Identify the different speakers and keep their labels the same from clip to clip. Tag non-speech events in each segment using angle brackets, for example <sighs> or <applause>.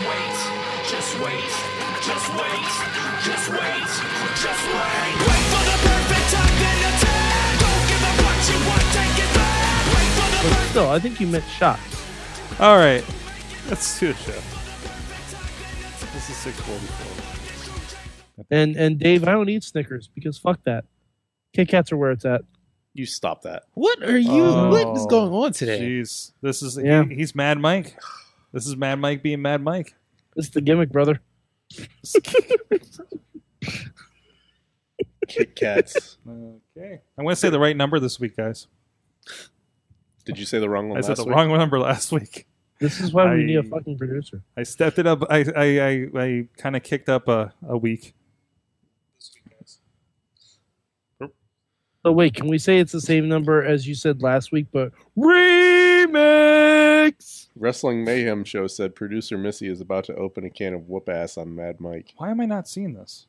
Speaker 1: wait, just wait, just wait, just wait, just wait. Wait for the perfect time then attack. Don't give up what you want, take it back. Wait for the
Speaker 2: But still, I think you missed shots.
Speaker 3: All right, let's do a show. This is six
Speaker 2: And and Dave, I don't eat Snickers because fuck that. Kit Kats are where it's at.
Speaker 4: You stop that.
Speaker 5: What are you? what is
Speaker 3: Oh,
Speaker 5: going on today?
Speaker 3: Jeez, this is
Speaker 2: Yeah.
Speaker 3: he- he's Mad Mike. This is Mad Mike being Mad Mike.
Speaker 2: It's the
Speaker 4: <laughs>
Speaker 2: gimmick, brother.
Speaker 4: Kit Kats.
Speaker 3: Okay, I'm going to say the right number this week, guys.
Speaker 4: Did you say the wrong one?
Speaker 3: I said
Speaker 4: last
Speaker 3: the
Speaker 4: week?
Speaker 3: wrong number last week.
Speaker 2: This is why we
Speaker 3: I-
Speaker 2: need a fucking producer.
Speaker 3: I stepped it up. I I I, I kind of kicked up a, a week.
Speaker 2: So wait, can we say it's the same number as you said last week, but remix?
Speaker 4: Wrestling Mayhem show said producer Missy is about to open a can of whoop ass on Mad Mike.
Speaker 3: Why am I not seeing this?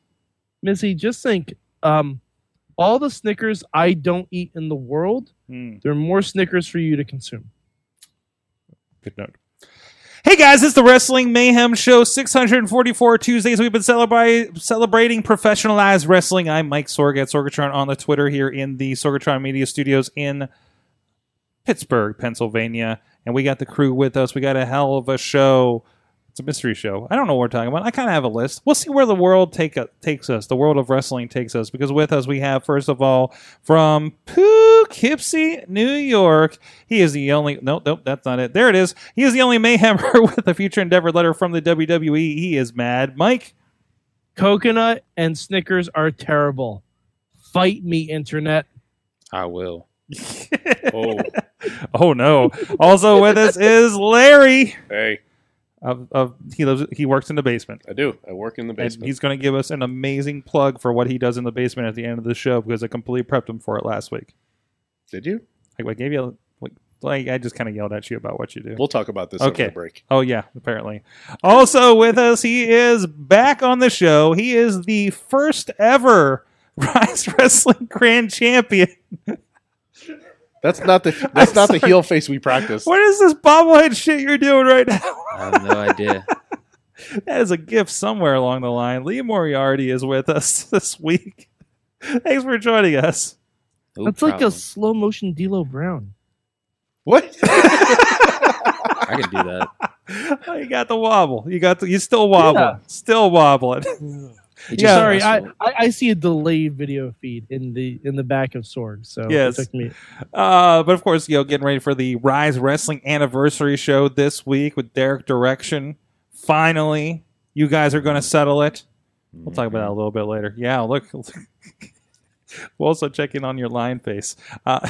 Speaker 2: Missy, just think, um, all the Snickers I don't eat in the world,
Speaker 3: Hmm.
Speaker 2: there are more Snickers for you to consume.
Speaker 3: Good note. Hey guys, it's the Wrestling Mayhem Show 644 Tuesdays. We've been celebri- celebrating professionalized wrestling. I'm Mike Sorg at Sorgatron on the Twitter here in the Sorgatron Media Studios in Pittsburgh, Pennsylvania. And we got the crew with us. We got a hell of a show. It's a mystery show. I don't know what we're talking about. I kind of have a list. We'll see where the world take uh, takes us. The world of wrestling takes us because with us we have first of all from Poughkeepsie, New York. He is the only no, nope, that's not it. There it is. He is the only mayhemmer <laughs> with a future endeavor letter from the WWE. He is mad, Mike. <laughs>
Speaker 2: Coconut and Snickers are terrible. Fight me, internet.
Speaker 5: I will.
Speaker 4: Oh,
Speaker 3: Oh no! Also with us is Larry.
Speaker 4: hey,
Speaker 3: Of, of he lives he works in the basement.
Speaker 4: I do. I work in the
Speaker 3: And
Speaker 4: basement.
Speaker 3: he's going to give us an amazing plug for what he does in the basement at the end of the show because I completely prepped him for it last week.
Speaker 4: Did you?
Speaker 3: Like, I gave you a, like, like I just kind of yelled at you about what you do.
Speaker 4: We'll talk about this
Speaker 3: Okay.
Speaker 4: over the break.
Speaker 3: Oh yeah, apparently. Also with us, he is back on the show. He is the first ever <laughs> Rise Wrestling Grand Champion.
Speaker 4: That's not the
Speaker 3: <laughs>
Speaker 4: that's
Speaker 3: I'm
Speaker 4: not the
Speaker 3: sorry.
Speaker 4: heel face we practiced.
Speaker 3: What is this bobblehead shit you're doing right now?
Speaker 5: I have
Speaker 3: <laughs>
Speaker 5: no idea.
Speaker 3: That is a gift somewhere along the line. Lee Moriarty is with us <laughs> this week. Thanks for joining us.
Speaker 5: No
Speaker 2: That's like a
Speaker 5: problem.
Speaker 2: slow motion D'Lo Brown.
Speaker 4: What?
Speaker 5: I
Speaker 3: <laughs>
Speaker 5: can do that.
Speaker 3: Oh, you got the wobble. You got the, you still wobbling.
Speaker 2: Yeah.
Speaker 3: Still wobbling.
Speaker 5: It just
Speaker 3: Yeah.
Speaker 2: Sorry, I,
Speaker 5: wrestled.
Speaker 2: I, I see a delayed video feed in the in the back of Sword, so
Speaker 3: Yes.
Speaker 2: it took me.
Speaker 3: Uh, but of course, you know, getting ready for the Rise Wrestling anniversary show this week with Derek Direction. Finally, you guys are going to settle it. We'll talk about that a little bit later. Yeah, look. <laughs> we'll also check in on your line face. Uh,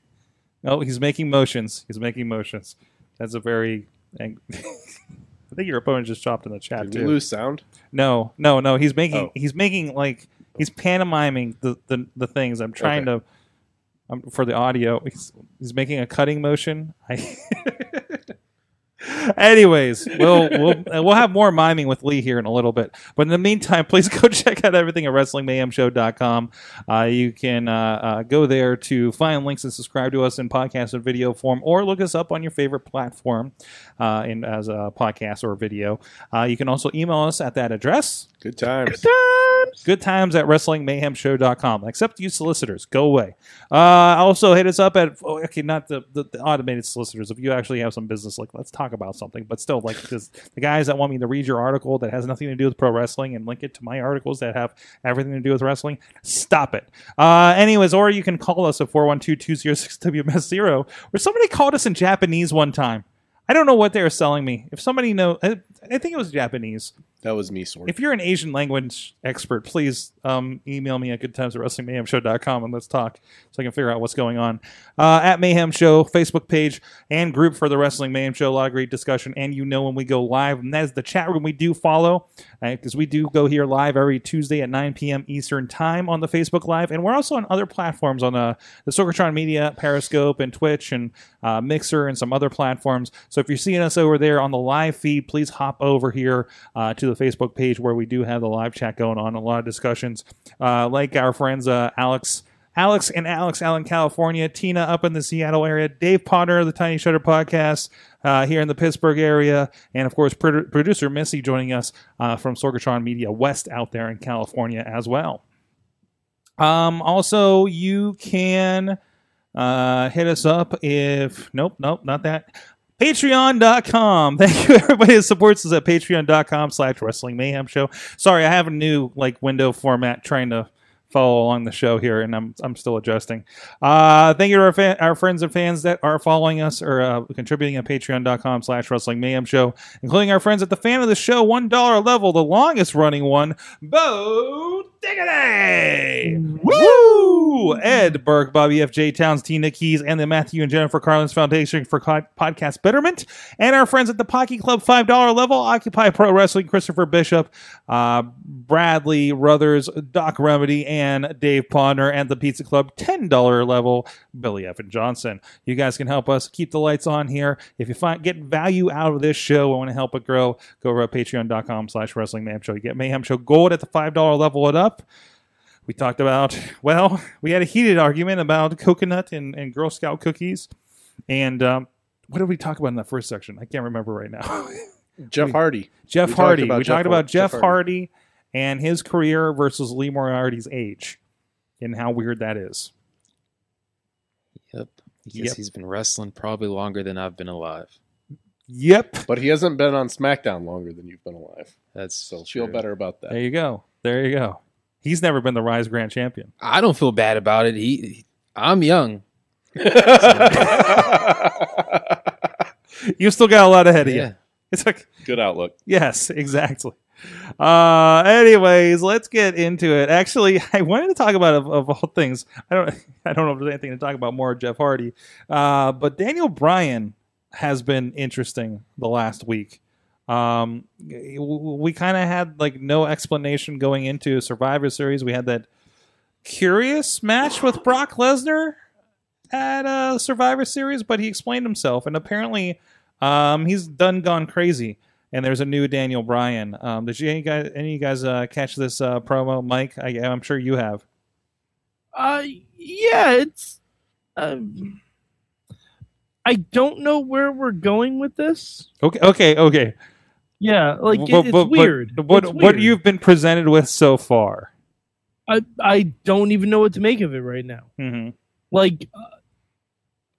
Speaker 3: <laughs> oh, he's making motions. He's making motions. That's a very. ang- <laughs> I think your opponent just chopped in the chat
Speaker 4: Did
Speaker 3: too.
Speaker 4: we lose sound?
Speaker 3: No, no, no. He's making
Speaker 4: Oh.
Speaker 3: he's making like he's pantomiming the the, the things. I'm trying to um, for the audio. He's, he's making a cutting motion. <laughs> I Anyways, we'll we'll uh, we'll have more miming with Lee here in a little bit. But in the meantime, <laughs> please go check out everything at WrestlingMayhemShow.com. Uh, you can uh, uh, go there to find links and subscribe to us in podcast and video form, or look us up on your favorite platform uh, in as a podcast or video. Uh, you can also email us at that address.
Speaker 4: Good times.
Speaker 3: <laughs> Good times at wrestlingmayhemshow.com. Except you solicitors, go away. Uh, also hit us up at oh, okay, not the, the, the automated solicitors. If you actually have some business, like let's talk about something. But still, like this, the guys that want me to read your article that has nothing to do with pro wrestling and link it to my articles that have everything to do with wrestling, stop it. Uh, anyways, or you can call us at 412-206-WMS0. Or somebody called us in Japanese one time. I don't know what they were selling me. If somebody know, I, I think it was Japanese.
Speaker 4: That was me, sort
Speaker 3: If you're an Asian language expert, please um, email me at goodtimes at wrestlingmayhemshow.com and let's talk so I can figure out what's going on. Uh, at Mayhem Show, Facebook page, and group for the Wrestling Mayhem Show. A lot of great discussion. And you know when we go live, and that is the chat room we do follow because we do go here live every Tuesday at 9 p.m. Eastern Time on the Facebook Live. And we're also on other platforms on uh, the Sorgatron Media, Periscope, and Twitch, and uh, Mixer, and some other platforms. So if you're seeing us over there on the live feed, please hop over here uh, to the Facebook page where we do have the live chat going on, a lot of discussions. Uh, like our friends uh, Alex. Alex and Alex Allen, California. Tina up in the Seattle area. Dave Potter, of the Tiny Shutter Podcast, uh, here in the Pittsburgh area, and of course pro- producer Missy joining us uh, from Sorgatron Media West out there in California as well. Um, also, you can uh, hit us up if nope, nope, not that. Patreon.com. <laughs> Thank you everybody that supports us at patreon.com slash wrestling mayhem show. Sorry, I have a new like window format trying to follow along the show here, and I'm I'm still adjusting. Uh, thank you to our, fa- our friends and fans that are following us or uh, contributing at patreon.com slash wrestling mayhem show, including our friends at the fan of the show, $1 level, the longest running one, Bo Diggity! Woo! Ed Burke, Bobby F. J. Towns, Tina Keys, and the Matthew and Jennifer Carlins Foundation for Co- Podcast Betterment, and our friends at the Pocky Club $5 level, Occupy Pro Wrestling, Christopher Bishop, uh, Bradley Ruthers, Doc Remedy, and Dave Ponder, and the Pizza Club $10 level, Billy F. and Johnson. You guys can help us keep the lights on here. If you find get value out of this show and want to help it grow, go over to patreon.com slash wrestling mayhem show. You get Mayhem Show Gold at the $5 level and up. We talked about, well, we had a heated argument about coconut and, and Girl Scout cookies. And um, what did we talk about in that first section? I can't remember right <laughs> now.
Speaker 4: of. Jeff Hardy.
Speaker 3: Jeff
Speaker 4: We talked
Speaker 3: Hardy.
Speaker 4: about
Speaker 3: we
Speaker 4: Jeff
Speaker 3: talked
Speaker 4: Har-
Speaker 3: about Jeff,
Speaker 4: Jeff
Speaker 3: Hardy. and his career versus Lee Moriarty's age and how weird that is.
Speaker 5: Mm, Yep. I guess
Speaker 3: Yep.
Speaker 5: he's been wrestling probably longer than I've been alive.
Speaker 3: Yep.
Speaker 4: But he hasn't been on SmackDown longer than you've been alive.
Speaker 5: That's
Speaker 4: So feel
Speaker 5: true.
Speaker 4: better about that.
Speaker 3: There you go. There you go. He's never been the Rise Grand Champion.
Speaker 5: I don't feel bad about it. He, he- I'm young.
Speaker 3: You still got a lot ahead of you. It's like
Speaker 4: <laughs> Good outlook.
Speaker 3: <laughs> Yes, exactly. Uh, anyways, let's get into it. Actually, <laughs> I wanted to talk about of, of all things. I don't, <laughs> I don't know if there's anything to talk about more Jeff Hardy, uh, but Daniel Bryan has been interesting the last week. Um, w- we kind of had like no explanation going into Survivor Series. We had that curious match with Brock Lesnar at uh, Survivor Series, but he explained himself, and apparently, um, he's done gone crazy and there's a new Daniel Bryan. Um, did you any guys any of you guys uh, catch this uh, promo, Mike? I, I'm sure you have.
Speaker 2: Uh, yeah, it's. Um, I don't know where we're going with this.
Speaker 3: Okay, okay, okay.
Speaker 2: Yeah, like it,
Speaker 3: But-
Speaker 2: it's,
Speaker 3: but- but
Speaker 2: weird.
Speaker 3: What
Speaker 2: It's
Speaker 3: what
Speaker 2: weird.
Speaker 3: you've been presented with so far?
Speaker 2: I I don't even know what to make of it right now.
Speaker 3: Mm-hmm.
Speaker 2: Like,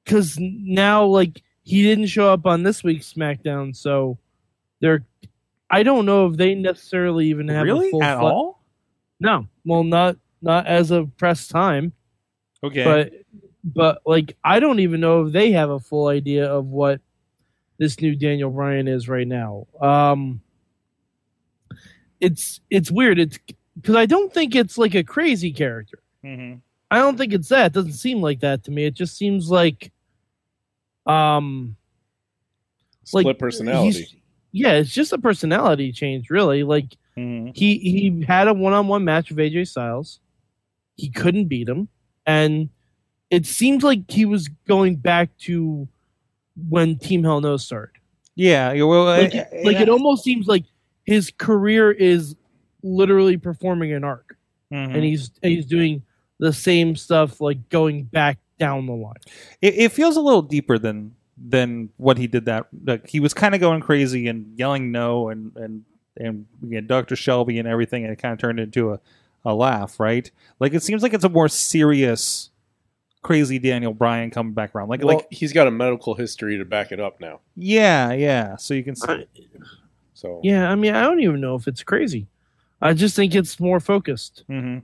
Speaker 2: because now like he didn't show up on this week's SmackDown, so they're. I don't know if they necessarily even have
Speaker 3: Really,
Speaker 2: a full
Speaker 3: at
Speaker 2: fle-
Speaker 3: all?
Speaker 2: No, well, not not as of press time.
Speaker 3: Okay,
Speaker 2: but but like I don't even know if they have a full idea of what this new Daniel Bryan is right now. Um it's it's weird. It's cuz I don't think it's like a crazy character.
Speaker 3: Mhm.
Speaker 2: I don't think it's that. It doesn't seem like that to me. It just seems like um
Speaker 4: Split
Speaker 2: like,
Speaker 4: personality.
Speaker 2: he's- Yeah, it's just a personality change really. Like
Speaker 3: Mhm.
Speaker 2: he he had a one-on-one match with AJ Styles. He couldn't beat him, and it seemed like he was going back to when Team Hell No started.
Speaker 3: yeah. you- Well,
Speaker 2: Like,
Speaker 3: I-
Speaker 2: it- like it almost seems like his career is literally performing an arc,
Speaker 3: Mhm.
Speaker 2: and he's and he's doing the same stuff like going back down the line.
Speaker 3: it, it feels a little deeper than than what he did that like he was kind of going crazy and yelling no and and and you know, dr shelby and everything and it kind of turned into a, a laugh right like it seems like it's a more serious crazy daniel bryan coming back around like
Speaker 4: Well,
Speaker 3: like
Speaker 4: he's got a medical history to back it up now.
Speaker 3: yeah yeah so you can see
Speaker 4: So
Speaker 2: Yeah, I mean, I don't even know if it's crazy. I just think it's more focused.
Speaker 3: Mhm.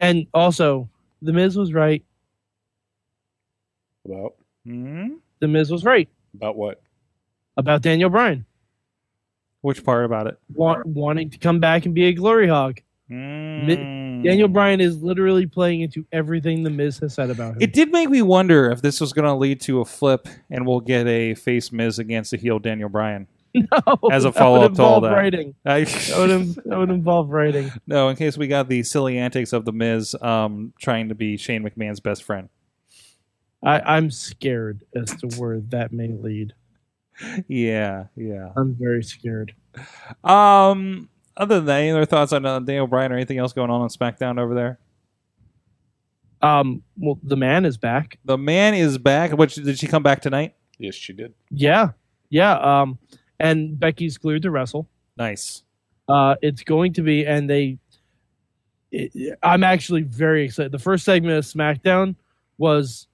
Speaker 2: And also, The Miz was right.
Speaker 4: about
Speaker 3: Mhm.
Speaker 2: The Miz was right.
Speaker 4: about what?
Speaker 2: about Daniel Bryan.
Speaker 3: Which part about it?
Speaker 2: wa- wanting to come back and be a glory hog.
Speaker 3: Mm.
Speaker 2: Daniel Bryan is literally playing into everything the Miz has said about him.
Speaker 3: It did make me wonder if this was going to lead to a flip, and we'll get a face Miz against a heel Daniel Bryan.
Speaker 2: No,
Speaker 3: as a
Speaker 2: <laughs> that would
Speaker 3: follow-up to all
Speaker 2: involve
Speaker 3: that.
Speaker 2: writing.
Speaker 3: I,
Speaker 2: That would, in- that would involve writing.
Speaker 3: no, in case we got the silly antics of the Miz um, trying to be Shane McMahon's best friend.
Speaker 2: I, I'm scared as to where that may lead.
Speaker 3: Yeah, yeah.
Speaker 2: I'm very scared.
Speaker 3: Um, other than that, any other thoughts on uh, Daniel Bryan or anything else going on on SmackDown over there?
Speaker 2: Um, well, the man is back.
Speaker 3: The man is back. Which did she come back tonight?
Speaker 4: Yes, she did.
Speaker 2: Yeah, yeah. Um, and Becky's cleared to wrestle.
Speaker 3: Nice.
Speaker 2: Uh, it's going to be, and they. It, I'm actually very excited. The first segment of SmackDown was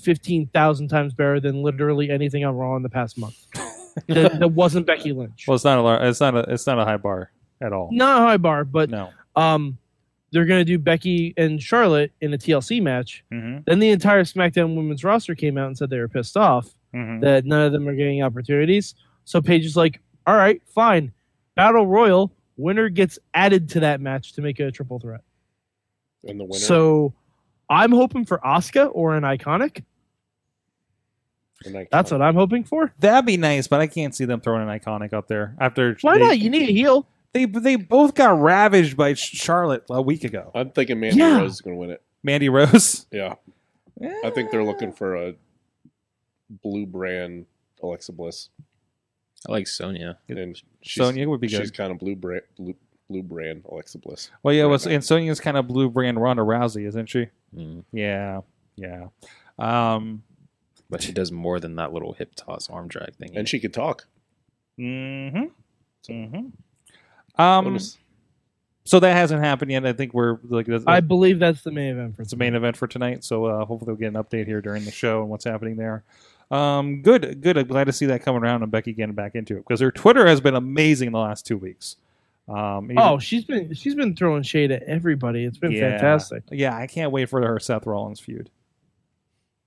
Speaker 2: 15,000 times better than literally anything on Raw in the past month.
Speaker 3: <laughs>
Speaker 2: that, that wasn't Becky Lynch.
Speaker 3: Well, it's not a lar- it's not a it's not a high bar at all.
Speaker 2: Not a high bar, but
Speaker 3: No.
Speaker 2: um, they're going to do Becky and Charlotte in a TLC match.
Speaker 3: Mm-hmm.
Speaker 2: Then the entire SmackDown women's roster came out and said they were pissed off
Speaker 3: Mm-hmm.
Speaker 2: that none of them are getting opportunities. So Paige is like, all right, fine. Battle Royal, winner gets added to that match to make it a triple threat.
Speaker 4: And the winner.
Speaker 2: So I'm hoping for Asuka or an iconic.
Speaker 4: and I
Speaker 2: That's what I'm hoping for.
Speaker 3: That'd be nice, but I can't see them throwing an iconic up there after.
Speaker 2: Why
Speaker 3: they,
Speaker 2: not? You need a heel.
Speaker 3: They they both got ravaged by Sh- Charlotte a week ago.
Speaker 4: I'm thinking Mandy
Speaker 2: Yeah.
Speaker 4: Rose is going to win it.
Speaker 3: Mandy Rose.
Speaker 4: Yeah. I think they're looking for a blue brand Alexa Bliss.
Speaker 5: I like Sonya.
Speaker 4: And she's,
Speaker 3: Sonya would be good.
Speaker 4: She's kind of blue brand, blue, blue brand Alexa Bliss.
Speaker 3: Well, yeah,
Speaker 4: Right
Speaker 3: well,
Speaker 4: now.
Speaker 3: and Sonya's kind of blue brand Ronda Rousey, isn't she?
Speaker 5: Mm.
Speaker 3: Yeah, yeah. Um,
Speaker 5: But she does more than that little hip toss arm drag thing.
Speaker 4: And she could talk.
Speaker 3: hmm hmm Um,
Speaker 4: Notice.
Speaker 3: so that hasn't happened yet. I think we're like that's,
Speaker 2: I believe that's the main event for
Speaker 3: it's the main event for tonight. So uh, hopefully we'll get an update here during the show and what's happening there. Um, good, good. I'm glad to see that coming around and Becky getting back into it because her Twitter has been amazing the last two weeks. Um, even-
Speaker 2: Oh, she's been she's been throwing shade at everybody. It's been
Speaker 3: Yeah.
Speaker 2: fantastic.
Speaker 3: yeah, I can't wait for her Seth Rollins feud.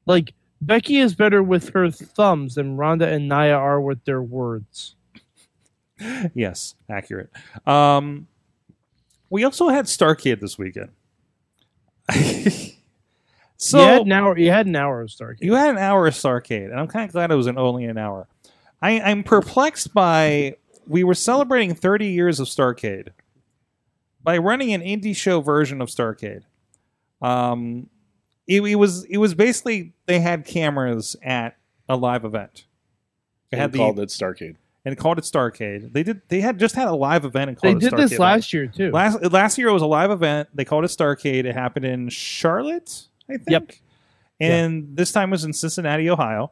Speaker 2: Like Becky is better with her thumbs than Ronda and Naya are with their words.
Speaker 3: yes, accurate. Um, we also had Star Kid this weekend. <laughs> so
Speaker 2: you had an hour. You had an hour of Starcade.
Speaker 3: you had an hour of Starcade, and I'm kind of glad it was an only an hour. I, I'm perplexed by we were celebrating 30 years of Starcade by running an indie show version of Starcade. Um, it, it was it was basically they had cameras at a live event. They
Speaker 4: And
Speaker 3: had the-
Speaker 4: called it Starcade.
Speaker 3: and called it Starcade. They did. They had just had a live event and
Speaker 2: they
Speaker 3: called it
Speaker 2: did this
Speaker 3: Starcade.
Speaker 2: last year too.
Speaker 3: last last year. It was a live event. They called it Starcade. It happened in Charlotte, I think.
Speaker 2: Yep.
Speaker 3: And this time was in Cincinnati, Ohio.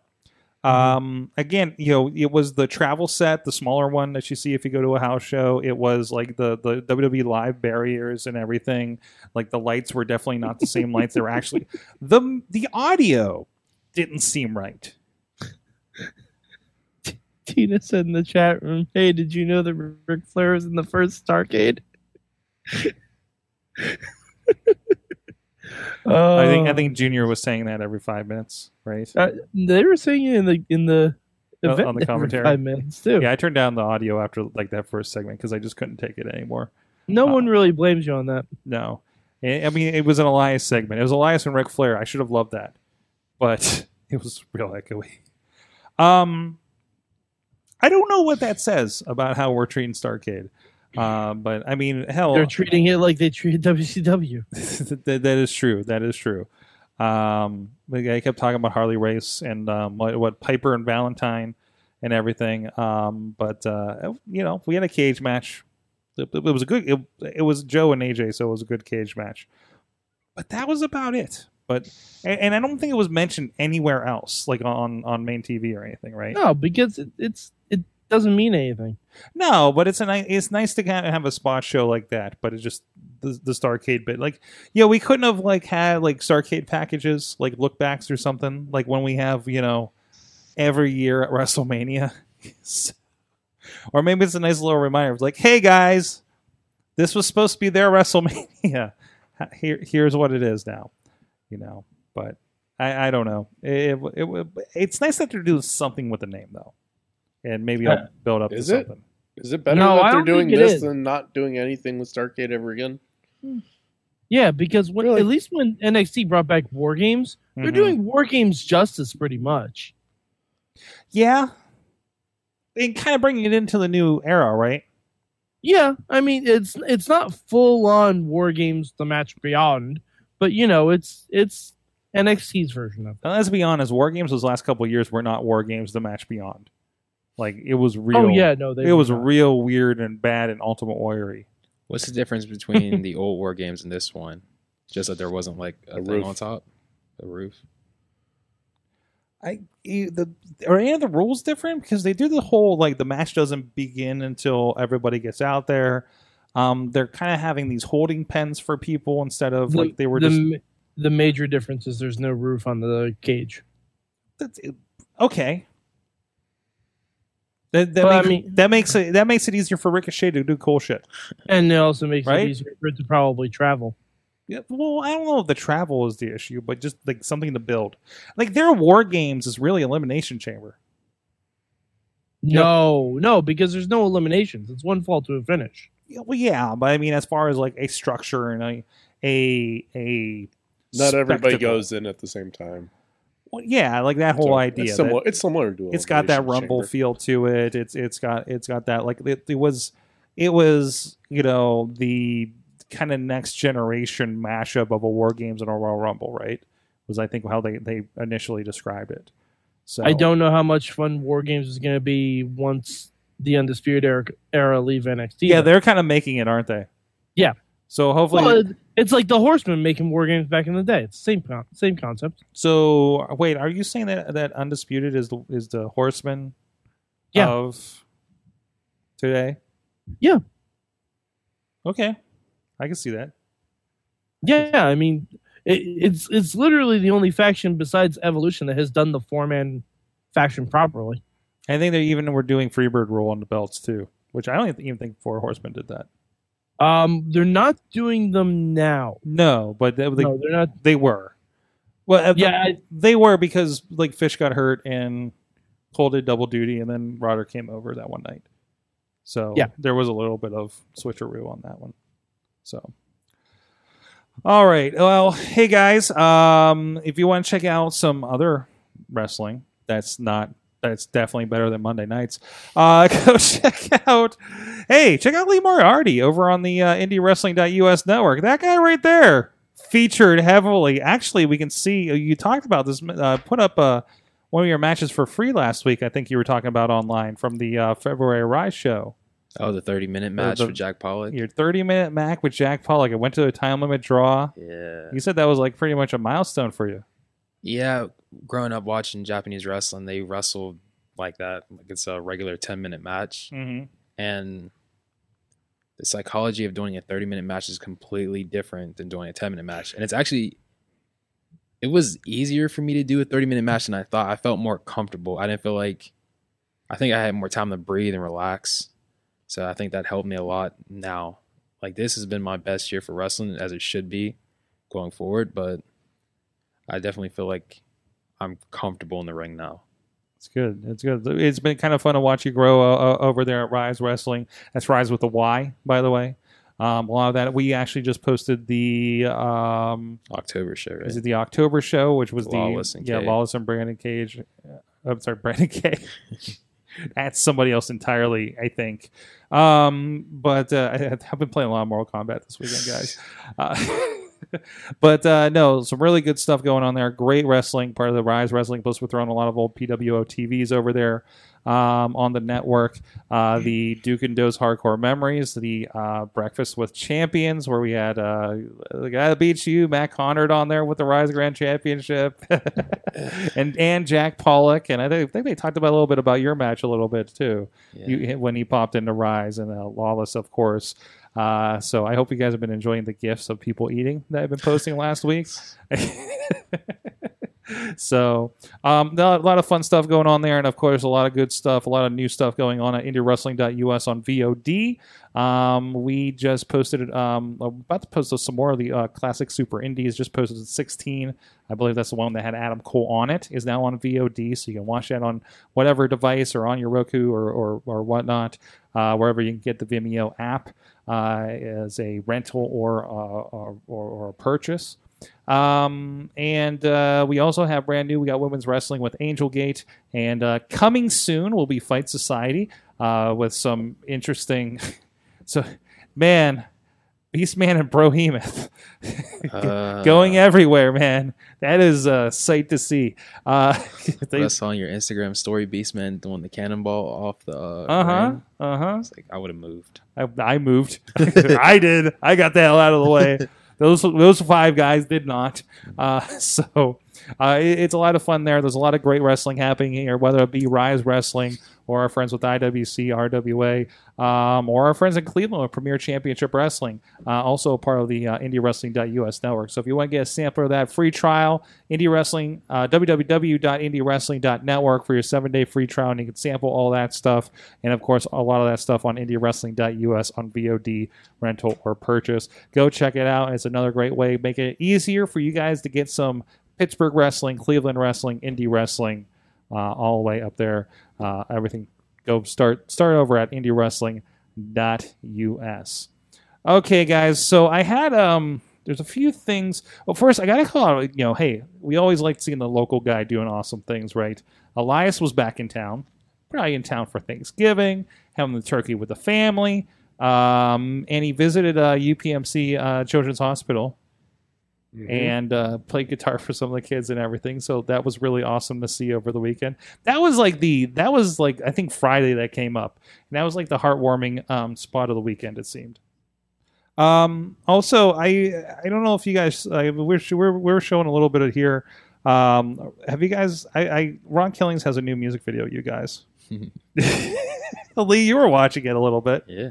Speaker 3: Um, again, you know, it was the travel set, the smaller one that you see if you go to a house show. It was like the the WWE live barriers and everything. Like the lights were definitely not the same lights. They were actually <laughs> the the audio didn't seem right.
Speaker 2: Tina said in the chat room, "Hey, did you know that Ric Flair was in the
Speaker 3: <laughs>
Speaker 2: first Starcade?" uh,
Speaker 3: I think I think Junior was saying that every five minutes, right?
Speaker 2: uh, they were saying it in the in the
Speaker 3: Uh,
Speaker 2: event
Speaker 3: on the
Speaker 2: every
Speaker 3: commentary.
Speaker 2: five minutes too.
Speaker 3: Yeah, I turned down the audio after like that first segment because I just couldn't take it anymore.
Speaker 2: No
Speaker 3: Uh,
Speaker 2: one really blames you on that.
Speaker 3: No, I I mean it was an Elias segment. It was Elias and Ric Flair. I should have loved that, but <laughs> it was real echoey. Um, I don't know what that says about how we're treating Starcade, uh, but I mean, hell,
Speaker 2: They're treating it like they <laughs> treated WCW.
Speaker 3: <laughs> that, that is true. That is true. Um, like, I kept talking about Harley Race and um, what, what Piper and Valentine and everything. Um, but uh, you know, we had a cage match. It, it was a good. It, it was Joe and AJ, so it was a good cage match. But that was about it. But and, and I don't think it was mentioned anywhere else, like on on main TV or anything, right?
Speaker 2: No, because it, it's it doesn't mean anything.
Speaker 3: No, but it's a ni- it's nice to kind of have a spot show like that. But it's just the the Starcade bit. Like, yeah, we couldn't have like had like Starcade packages, like lookbacks or something. Like when we have you know every year at WrestleMania, <laughs> or maybe it's a nice little reminder. It's like, hey guys, this was supposed to be their <laughs> WrestleMania. Here here's what it is now. You know, but I I don't know. It, it, it it's nice that they're doing something with the name though, and maybe I'll build up
Speaker 4: Is
Speaker 3: to
Speaker 4: it?
Speaker 3: something.
Speaker 4: Is it better
Speaker 2: No, I
Speaker 4: that they're
Speaker 2: don't
Speaker 4: doing
Speaker 2: think it
Speaker 4: this
Speaker 2: is.
Speaker 4: than not doing anything with Starcade ever again?
Speaker 2: Yeah, because when,
Speaker 4: Really?
Speaker 2: at least when NXT brought back war games, they're
Speaker 3: Mhm.
Speaker 2: doing war games justice pretty much.
Speaker 3: Mm-hmm. yeah, and kind of bringing it into the new era, right?
Speaker 2: Yeah, I mean it's it's not full on war games the match beyond, but you know it's it's NXT's version of it.
Speaker 3: And let's be honest, War Games those last couple of years were not War Games. The match beyond, like it was real.
Speaker 2: Oh yeah, no, they
Speaker 3: it was
Speaker 2: were not.
Speaker 3: real weird and bad and Ultimate Warrior.
Speaker 5: What's the difference between the old war games and this one? Just that there wasn't like a,
Speaker 4: A
Speaker 5: thing
Speaker 4: roof.
Speaker 5: on top, a roof.
Speaker 3: I e- the are any of the rules different because they do the whole like the match doesn't begin until everybody gets out there. Um, they're kind of having these holding pens for people instead of
Speaker 2: The-
Speaker 3: like they were
Speaker 2: the,
Speaker 3: just
Speaker 2: ma- the major difference is there's no roof on the cage.
Speaker 3: that's, okay. That, that,
Speaker 2: Well, I
Speaker 3: makes,
Speaker 2: mean-
Speaker 3: that makes it that makes it easier for Ricochet to do cool shit.
Speaker 2: And it also makes
Speaker 3: Right?
Speaker 2: it easier for it to probably travel.
Speaker 3: Yeah, well, I don't know if the travel is the issue, but just like something to build. Like their war games is really elimination chamber.
Speaker 2: No, no, because there's no eliminations. It's one fall to a finish.
Speaker 3: Yeah, well, yeah, but I mean, as far as like a structure and a a a
Speaker 4: Not everybody
Speaker 3: spectacle.
Speaker 4: goes in at the same time.
Speaker 3: Well, yeah, like that whole
Speaker 4: So
Speaker 3: idea.
Speaker 4: It's
Speaker 3: that-
Speaker 4: similar, it's similar to.
Speaker 3: it's got that
Speaker 4: Elimination
Speaker 3: rumble
Speaker 4: Chamber.
Speaker 3: feel to it. It's it's got it's got that like it, it was it was you know the kind of next generation mashup of a war games and a Royal Rumble, right? Was I think how they they initially described it. So
Speaker 2: I don't know how much fun War Games is going to be once the Undisputed Era, era leave NXT.
Speaker 3: Yeah, they're kind of making it, aren't they?
Speaker 2: Yeah.
Speaker 3: So hopefully,
Speaker 2: Well, it- it's like the Horsemen making War Games back in the day. It's the same con- same concept.
Speaker 3: so wait, are you saying that that undisputed is the is the horseman
Speaker 2: Yeah.
Speaker 3: of today?
Speaker 2: Yeah.
Speaker 3: Okay, I can see that.
Speaker 2: Yeah, I mean, it, it's it's literally the only faction besides Evolution that has done the four man faction properly.
Speaker 3: I think they even were doing Freebird rule on the belts too, which I don't even think Four Horsemen did that.
Speaker 2: Um, they're not doing them now.
Speaker 3: No, but they, they,
Speaker 2: no, they're not.
Speaker 3: they were. Well, at the-
Speaker 2: Yeah, I-
Speaker 3: they were because like Fish got hurt and Cole did double duty, and then Rodder came over that one night. So
Speaker 2: Yeah.
Speaker 3: there was a little bit of switcheroo on that one. So. All right. Well, hey guys, um, if you want to check out some other wrestling, that's not that's definitely better than Monday nights. Uh, <laughs> go check out. Hey, check out Lee Moriarty over on the uh, IndieWrestling.us network. That guy right there featured heavily. Actually, we can see you talked about this. Uh, put up uh, one of your matches for free last week. I think you were talking about online from the uh, February Rise show.
Speaker 5: Oh, the thirty-minute match
Speaker 3: the-
Speaker 5: for Jack Pollock.
Speaker 3: Your 30 minute Mac with Jack Pollock. It went to a time limit draw.
Speaker 5: Yeah.
Speaker 3: You said that was like pretty much a milestone for you.
Speaker 5: Yeah, growing up watching Japanese wrestling, they wrestle like that. Like it's a regular 10 minute match.
Speaker 3: Mm-hmm.
Speaker 5: And the psychology of doing a 30 minute match is completely different than doing a 10 minute match. And it's actually, it was easier for me to do a 30 minute match than I thought. I felt more comfortable. I didn't feel like, I think I had more time to breathe and relax. So I think that helped me a lot now. Like this has been my best year for wrestling as it should be going forward. But I definitely feel like I'm comfortable in the ring now.
Speaker 3: It's good. It's good. It's been kind of fun to watch you grow uh, uh, over there at Rise Wrestling. That's Rise with a Y, by the way. Um, a lot of that we actually just posted the um,
Speaker 5: October show, right?
Speaker 3: is it the October show, which was
Speaker 5: Lawless
Speaker 3: the
Speaker 5: and
Speaker 3: yeah
Speaker 5: Cage.
Speaker 3: Lawless and Brandon Cage. Uh, I'm sorry, <laughs> Brandon
Speaker 5: <laughs>
Speaker 3: Cage. That's somebody else entirely, I think. Um, but uh, I, I've been playing a lot of Mortal Kombat this weekend, guys. Uh, <laughs> but uh, no, some really good stuff going on there. Great wrestling, part of the Rise Wrestling. Plus, we're throwing a lot of old PWO TVs over there um, on the network. Uh, the Duke and Doe's Hardcore Memories, the uh, Breakfast with Champions, where we had uh, the guy that beats you, Matt Connard, on there with the Rise Grand Championship, <laughs> and and Jack Pollock. And I think, think they talked about a little bit about your match a little bit too
Speaker 5: Yeah.
Speaker 3: you, when he popped into Rise and uh, Lawless, of course. Uh, so I hope you guys have been enjoying the gifts of people eating that I've been posting last week. <laughs> So, um, a lot of fun stuff going on there, and of course, a lot of good stuff, a lot of new stuff going on at IndieWrestling.us on VOD. Um, we just posted, um, I'm about to post some more of the uh, classic Super Indies. Just posted 16. I believe that's the one that had Adam Cole on it. Is now on VOD, so you can watch that on whatever device or on your Roku or or, or whatnot, uh, wherever you can get the Vimeo app uh, as a rental or uh, or, or, or a purchase. Um, and uh, we also have brand new. We got women's wrestling with Angel Gate, and uh, coming soon will be Fight Society uh, with some interesting. <laughs> so, man, Beastman and Brohemoth <laughs>
Speaker 5: Uh,
Speaker 3: going everywhere, man. That is a sight to see. Uh, <laughs>
Speaker 5: I saw on your Instagram story, Beastman doing the cannonball off the. Uh
Speaker 2: Uh-huh.
Speaker 3: huh.
Speaker 5: ring.
Speaker 3: Uh
Speaker 5: I
Speaker 3: huh.
Speaker 5: was like, I would have moved.
Speaker 3: I, I moved. <laughs> I did. I got the hell out of the way. Those those five guys did not. Uh, <laughs> so uh, it- it's a lot of fun there. There's a lot of great wrestling happening here, whether it be Rise Wrestling or our friends with IWC, RWA, um, or our friends in Cleveland with Premier Championship Wrestling, uh, also a part of the uh, IndieWrestling.us network. So if you want to get a sampler of that free trial, Indie Wrestling, uh, www.indiewrestling.network for your seven day free trial, and you can sample all that stuff. And of course, a lot of that stuff on IndieWrestling.us on VOD, rental, or purchase. Go check it out. It's another great way, making it easier for you guys to get some Pittsburgh wrestling, Cleveland wrestling, indie wrestling, uh, all the way up there. Uh, everything. Go start start over at indiewrestling.us. Okay, guys. So I had um. There's a few things. Well, first I gotta call out. You know, hey, we always like seeing the local guy doing awesome things, right? Elias was back in town, probably in town for Thanksgiving, having the turkey with the family. Um, and he visited uh, UPMC uh, Children's Hospital
Speaker 4: Mm-hmm.
Speaker 3: and uh, played guitar for some of the kids and everything. So that was really awesome to see over the weekend. That was like the that was like I think Friday that came up, and that was like the heartwarming um, spot of the weekend. It seemed. Um, also, I I don't know if you guys I, we're we're we're showing a little bit of here. Um, have you guys? I, I Ron Killings has a new music video. You <laughs> guys, Lee, you were watching it a little bit.
Speaker 5: Yeah.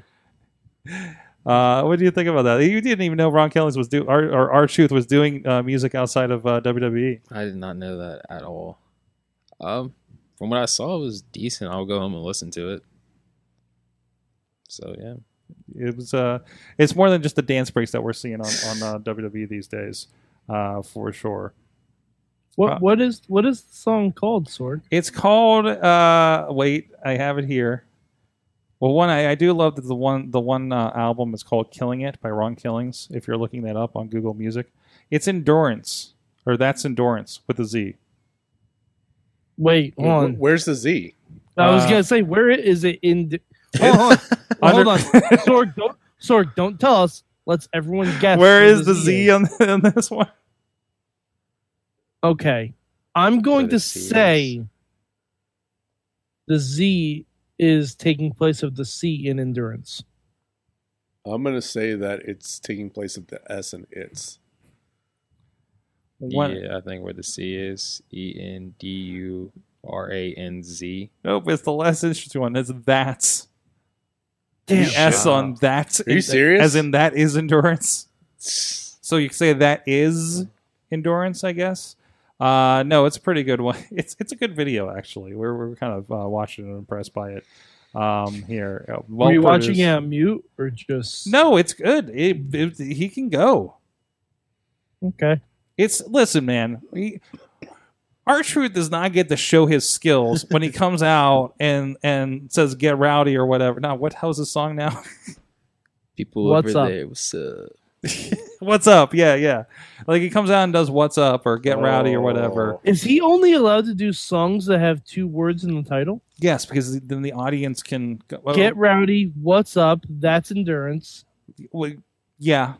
Speaker 3: Uh, what do you think about that? You didn't even know Ron Killings was do or or R Truth was doing uh, music outside of uh, WWE.
Speaker 5: I did not know that at all. Um, from what I saw, it was decent. I'll go home and listen to it. So yeah,
Speaker 3: It was uh, it's more than just the dance breaks that we're seeing on on uh, WWE these days, uh, for sure.
Speaker 2: What
Speaker 3: Uh,
Speaker 2: what is what is the song called, Sword?
Speaker 3: It's called. Uh, wait, I have it here. Well, one I, I do love that the one the one uh, album is called "Killing It" by Ron Killings. If you're looking that up on Google Music, it's "Endurance" or "That's Endurance" with a Z.
Speaker 2: Wait, hold
Speaker 4: Wh-
Speaker 2: on.
Speaker 4: Where's the Z?
Speaker 2: I was
Speaker 3: Uh,
Speaker 2: gonna say, where is it in?
Speaker 3: <laughs>
Speaker 2: The, hold <laughs> on, hold on. Sorg, don't Sorg, don't tell us. Let's everyone guess.
Speaker 3: Where
Speaker 2: where
Speaker 3: is the Z on, <laughs> on this one?
Speaker 2: Okay, I'm going
Speaker 5: the
Speaker 2: to
Speaker 5: Z is.
Speaker 2: say the Z is taking place of the C in endurance.
Speaker 4: I'm gonna say that it's taking place at the S and it's.
Speaker 3: One-
Speaker 5: yeah, E, I think where the C is E N D U R A N Z.
Speaker 3: Nope, it's the less interesting one. It's that's
Speaker 2: Damn.
Speaker 3: the S on that.
Speaker 4: Are you serious?
Speaker 3: As in that is
Speaker 2: <laughs>
Speaker 3: endurance. So you could say that is endurance, I guess. Uh, no, it's a pretty good one. <laughs> It's it's a good video actually. We're we're kind of uh, watching and impressed by it. Um, here, Uh, well
Speaker 2: Were you
Speaker 3: produced.
Speaker 2: watching it on mute or just
Speaker 3: No, it's good. It, it, he can go.
Speaker 2: Okay.
Speaker 3: It's listen, man. We, our truth does not get to show his skills when he comes out and and says "get rowdy" or whatever. Now, what how's the song now? <laughs>
Speaker 5: People
Speaker 2: What's
Speaker 5: over
Speaker 2: up?
Speaker 5: there, what's up?
Speaker 3: what's up? Yeah, yeah. Like he comes out and does "What's up" or "get rowdy" or whatever.
Speaker 4: Oh.
Speaker 2: Is he only allowed to do songs that have two words in the title?
Speaker 3: Yes, because then the audience can go, well,
Speaker 2: Get rowdy, what's up? That's endurance.
Speaker 3: well, yeah,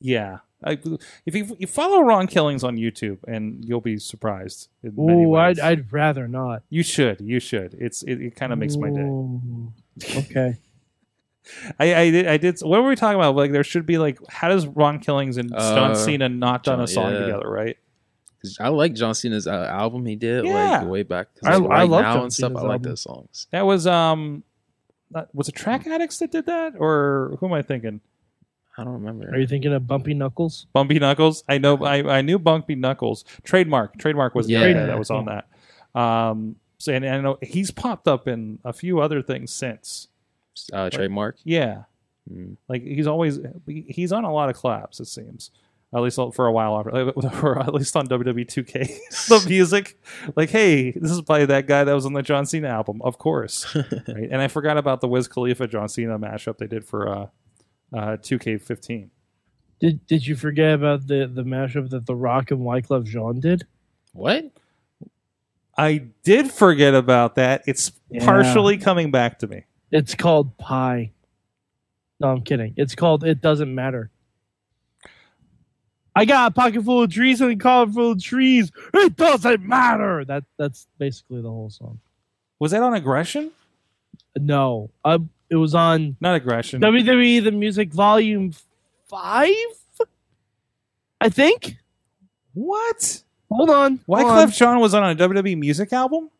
Speaker 3: yeah. I, if you, you follow Ron Killings on YouTube, and you'll be surprised. In many
Speaker 2: Ooh,
Speaker 3: ways.
Speaker 2: I'd, I'd rather not.
Speaker 3: you should, you should. It's it, it kind of makes my day. <laughs>
Speaker 2: Ooh. Okay.
Speaker 3: I, I did. I did. What were we talking about? Like, there should be like, how does Ron Killings and John
Speaker 5: Uh,
Speaker 3: Cena not done a
Speaker 5: John-
Speaker 3: song
Speaker 5: yeah.
Speaker 3: together, right?
Speaker 5: 'Cause I like John Cena's uh, album he did
Speaker 3: Yeah.
Speaker 5: like way back. 'Cause,
Speaker 2: I-
Speaker 5: like,
Speaker 2: I
Speaker 5: right
Speaker 2: love
Speaker 5: now
Speaker 2: John
Speaker 5: and stuff.
Speaker 2: Cena's
Speaker 5: I like
Speaker 2: album.
Speaker 5: those songs.
Speaker 3: That was um, not, was it Track Addicts that did that, or who am I thinking?
Speaker 5: I don't remember.
Speaker 2: Are you thinking of Bumpy Knuckles?
Speaker 3: Bumpy Knuckles. I know. I, I knew Bumpy Knuckles. Trademark. Trademark was the
Speaker 5: Yeah.
Speaker 3: guy that was on that. Um, so and, and I know he's popped up in a few other things since.
Speaker 5: uh, trademark?
Speaker 3: Yeah,
Speaker 5: Mm.
Speaker 3: like he's always he's on a lot of collabs. It seems at least for a while <laughs> after, or at least on WWE 2K. <laughs> the music, like, hey, this is by that guy that was on the John Cena album, of
Speaker 2: <laughs>
Speaker 3: course. right? And I forgot about the Wiz Khalifa John Cena mashup they did for uh, uh, 2K15.
Speaker 2: Did Did you forget about the the mashup that The Rock and Wyclef Jean did?
Speaker 5: What?
Speaker 3: I did forget about that. It's
Speaker 2: Yeah.
Speaker 3: partially coming back to me.
Speaker 2: It's called Pie. No, I'm kidding. It's called It Doesn't Matter. I got a pocket full of trees and a collar full of trees. It doesn't matter. That that's basically the whole song.
Speaker 3: Was that on aggression?
Speaker 2: No, I, it was on
Speaker 3: Not aggression.
Speaker 2: WWE The Music Volume Five, I think.
Speaker 3: what?
Speaker 2: Hold on.
Speaker 3: Why
Speaker 2: hold on.
Speaker 3: Clef John was on a WWE music album?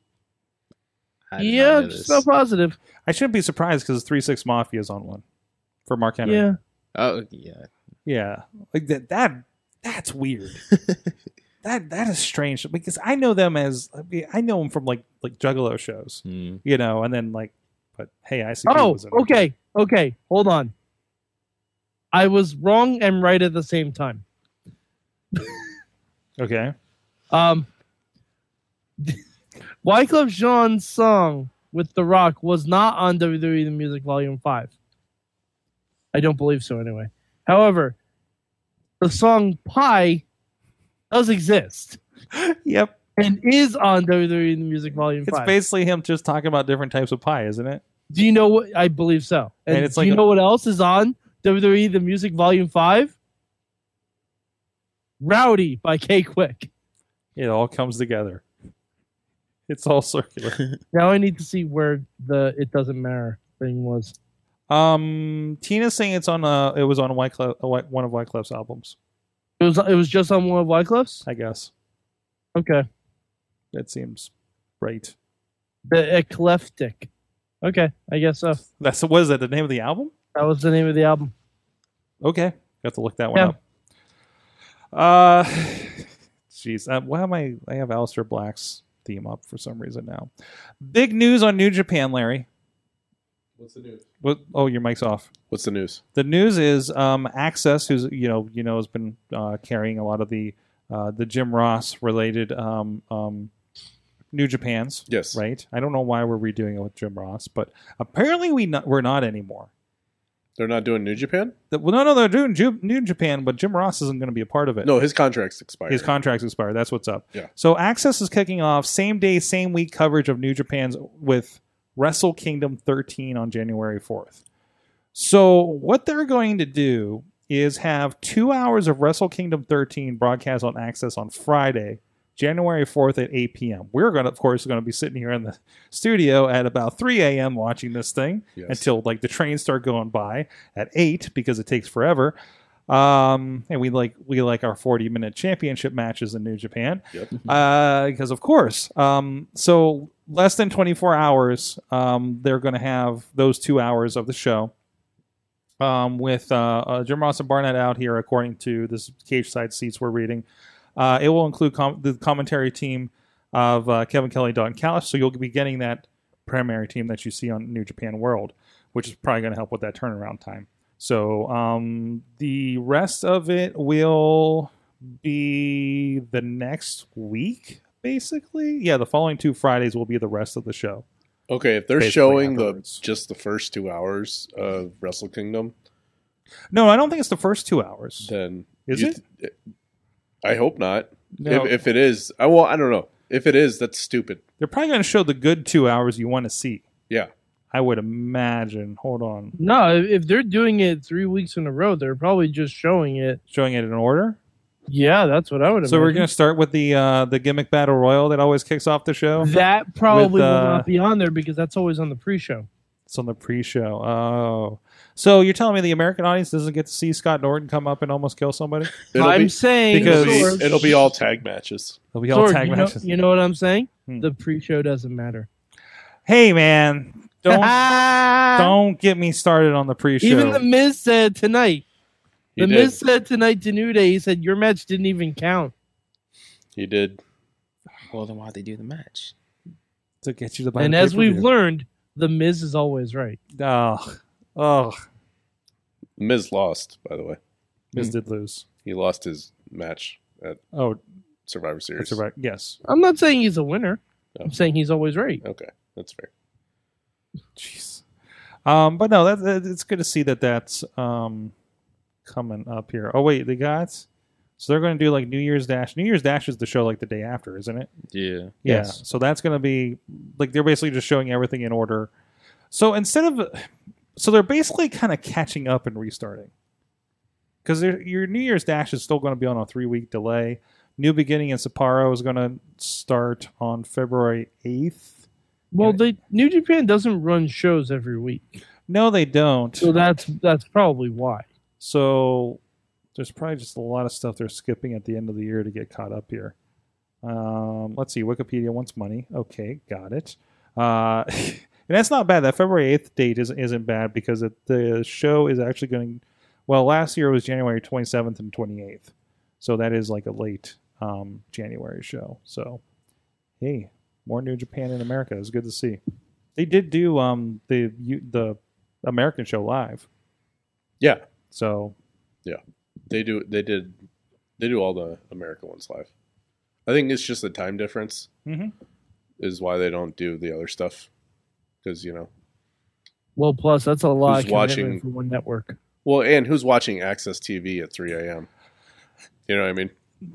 Speaker 5: I did not
Speaker 2: Yeah,
Speaker 5: know
Speaker 2: I'm
Speaker 5: this.
Speaker 2: so positive.
Speaker 3: I shouldn't be surprised because Three Six Mafia is on one for Mark Henry.
Speaker 2: Yeah,
Speaker 5: oh yeah.
Speaker 3: Yeah. Like that that that's
Speaker 2: <laughs>
Speaker 3: weird. that that is strange because I know them as I mean, I know them from like like Juggalo shows,
Speaker 5: Mm.
Speaker 3: you know, and then like but hey, I see
Speaker 2: Hmm. Oh, okay, okay. Hold on. I was wrong and right at the same time.
Speaker 3: Okay.
Speaker 2: Um, <laughs> Wyclef Jean's song with The Rock was not on WWE The Music Volume Five. I don't believe so, anyway. However, the song "Pie" does exist
Speaker 3: Yep.
Speaker 2: and is on WWE The Music Volume
Speaker 3: It's
Speaker 2: Five.
Speaker 3: basically him just talking about different types of pie, isn't it?
Speaker 2: Do you know what? I believe so. And,
Speaker 3: And it's
Speaker 2: do
Speaker 3: like
Speaker 2: you
Speaker 3: a-
Speaker 2: know what else is on WWE The Music Volume Five? Rowdy by K Quick.
Speaker 3: It all comes together. It's all circular.
Speaker 2: <laughs> Now I need to see where the "It Doesn't Matter" thing was.
Speaker 3: um, Tina's saying it's on uh it was on Wyclef, uh, Wy- one of Wyclef's albums,
Speaker 2: It was it was just on one of Wyclef's.
Speaker 3: I guess.
Speaker 2: Okay,
Speaker 3: That seems right. <laughs>
Speaker 2: the Eclectic. Okay, I guess so.
Speaker 3: That's was that the name of the album?
Speaker 2: That was the name of the album.
Speaker 3: Okay, got to look that one
Speaker 2: Yeah.
Speaker 3: up. Uh, <sighs> jeez, uh, why am I? I have Alistair Black's theme up for some reason now. Big news on New Japan, Larry.
Speaker 4: What's the news?
Speaker 3: What, oh, your mic's off.
Speaker 4: What's the news?
Speaker 3: The news is um, Access, who's you know you know has been uh, carrying a lot of the uh, the Jim Ross related um, um, New Japan's
Speaker 4: Yes.
Speaker 3: right. I don't know why we're redoing it with Jim Ross, but apparently we not, we're not anymore.
Speaker 4: They're not doing New Japan?
Speaker 3: The- Well, no, no, they're doing Ju- New Japan, but Jim Ross isn't going to be a part of it.
Speaker 4: No, his contract's expired.
Speaker 3: His contract's expired. That's what's up.
Speaker 4: Yeah.
Speaker 3: So Access is kicking off same day, same week coverage of New Japan's with Wrestle Kingdom 13 on January 4th. So what they're going to do is have two hours of Wrestle Kingdom 13 broadcast on Access on Friday, January 4th at 8 p.m. We're going to, of course, going to be sitting here in the studio at about 3 a.m. watching this thing
Speaker 4: Yes.
Speaker 3: until like the trains start going by at eight because it takes forever. Um, and we like we like our forty minute championship matches in New Japan
Speaker 4: Yep.
Speaker 3: because of course. Um, so less than 24 hours, um, they're going to have those two hours of the show um, with uh, uh, Jim Ross and Barnett out here, according to this cage side seats we're reading. Uh, it will include com- the commentary team of uh, Kevin Kelly, Don Callis. So you'll be getting that primary team that you see on New Japan World, which is probably going to help with that turnaround time. So um, the rest of it will be the next week, basically. Yeah, the following two Fridays will be the rest of the show.
Speaker 4: Okay, if they're
Speaker 3: Basically
Speaker 4: showing
Speaker 3: afterwards.
Speaker 4: the just the first two hours of Wrestle Kingdom,
Speaker 3: No, I don't think it's the first two hours.
Speaker 4: then
Speaker 3: Is
Speaker 4: you
Speaker 3: it?
Speaker 4: th- I hope not.
Speaker 3: No,
Speaker 4: If, if it is, I well, I don't know. If it is, that's stupid.
Speaker 3: they're probably going to show the good two hours you want to see.
Speaker 4: Yeah.
Speaker 3: I would imagine. Hold on,
Speaker 2: No, if- if they're doing it three weeks in a row, they're probably just showing it.
Speaker 3: showing it in order.
Speaker 2: Yeah, that's what I would.
Speaker 3: So we're
Speaker 2: imagine.
Speaker 3: going to start with the uh, the gimmick battle royal that always kicks off the show.
Speaker 2: That probably
Speaker 3: With,
Speaker 2: will
Speaker 3: uh,
Speaker 2: not be on there because that's always on the pre-show.
Speaker 3: It's on the pre-show. Oh, so you're telling me the American audience doesn't get to see Scott Norton come up and almost kill somebody?
Speaker 4: It'll
Speaker 2: I'm
Speaker 4: be,
Speaker 2: saying
Speaker 4: it'll,
Speaker 3: because-
Speaker 2: Sorg,
Speaker 4: be, it'll be all tag matches.
Speaker 3: They'll be all
Speaker 2: Sorg,
Speaker 3: tag
Speaker 2: you, know,
Speaker 3: matches.
Speaker 2: you know what I'm saying?
Speaker 3: Hmm.
Speaker 2: The pre-show doesn't matter.
Speaker 3: Hey, man, don't
Speaker 2: don't <laughs>
Speaker 3: Ah! don't get me started on the pre-show.
Speaker 2: Even the Miz said tonight
Speaker 4: He
Speaker 2: the
Speaker 4: did.
Speaker 2: Miz said tonight to New Day, he said, Your match didn't even count.
Speaker 4: He did.
Speaker 5: Well, then why'd they do the match?
Speaker 3: to get you to buy.
Speaker 2: And
Speaker 3: the
Speaker 2: as we've
Speaker 3: pay-per-view.
Speaker 2: learned, the Miz is always right.
Speaker 3: oh, oh,
Speaker 4: Miz lost, by the way.
Speaker 3: Miz
Speaker 2: Hmm.
Speaker 3: did lose.
Speaker 4: He lost his match at
Speaker 3: Oh,
Speaker 4: Survivor Series.
Speaker 3: that's right. Yes,
Speaker 2: I'm not saying he's a winner.
Speaker 4: No.
Speaker 2: I'm saying he's always right.
Speaker 4: Okay, that's fair.
Speaker 3: jeez. Um, but no, that, that it's good to see that that's um coming up here. Oh wait, they got. So they're going to do like New Year's Dash. New Year's Dash is the show like the day after, isn't it?
Speaker 5: Yeah.
Speaker 3: Yeah.
Speaker 2: Yes.
Speaker 3: So that's going to be like they're basically just showing everything in order. So instead of, so they're basically kind of catching up and restarting because your New Year's Dash is still going to be on a three week delay. New Beginning in Sapporo is going to start on February 8th.
Speaker 2: Well,
Speaker 3: Yeah.
Speaker 2: they New Japan doesn't run shows every week.
Speaker 3: No, they don't.
Speaker 2: So that's that's probably why.
Speaker 3: So there's probably just a lot of stuff they're skipping at the end of the year to get caught up here. Um, let's see. Wikipedia wants money. Okay, got it. Uh, <laughs> and that's not bad. That February 8th date isn't, isn't bad because it, the show is actually going. Well, last year was January 27th and 28th. So that is like a late um, January show. So, hey, more New Japan in America. It's good to see. They did do um, the you- the American show live.
Speaker 4: Yeah,
Speaker 3: So
Speaker 4: they do. They did. They do all the American ones live. I think it's just the time difference
Speaker 3: Mhm.
Speaker 4: is why they don't do the other stuff because you know.
Speaker 2: Well, plus that's a
Speaker 4: Who's
Speaker 2: lot of commitment
Speaker 4: watching-
Speaker 2: for one network.
Speaker 4: Well, and who's watching Access TV at 3 a.m.? You know what I mean?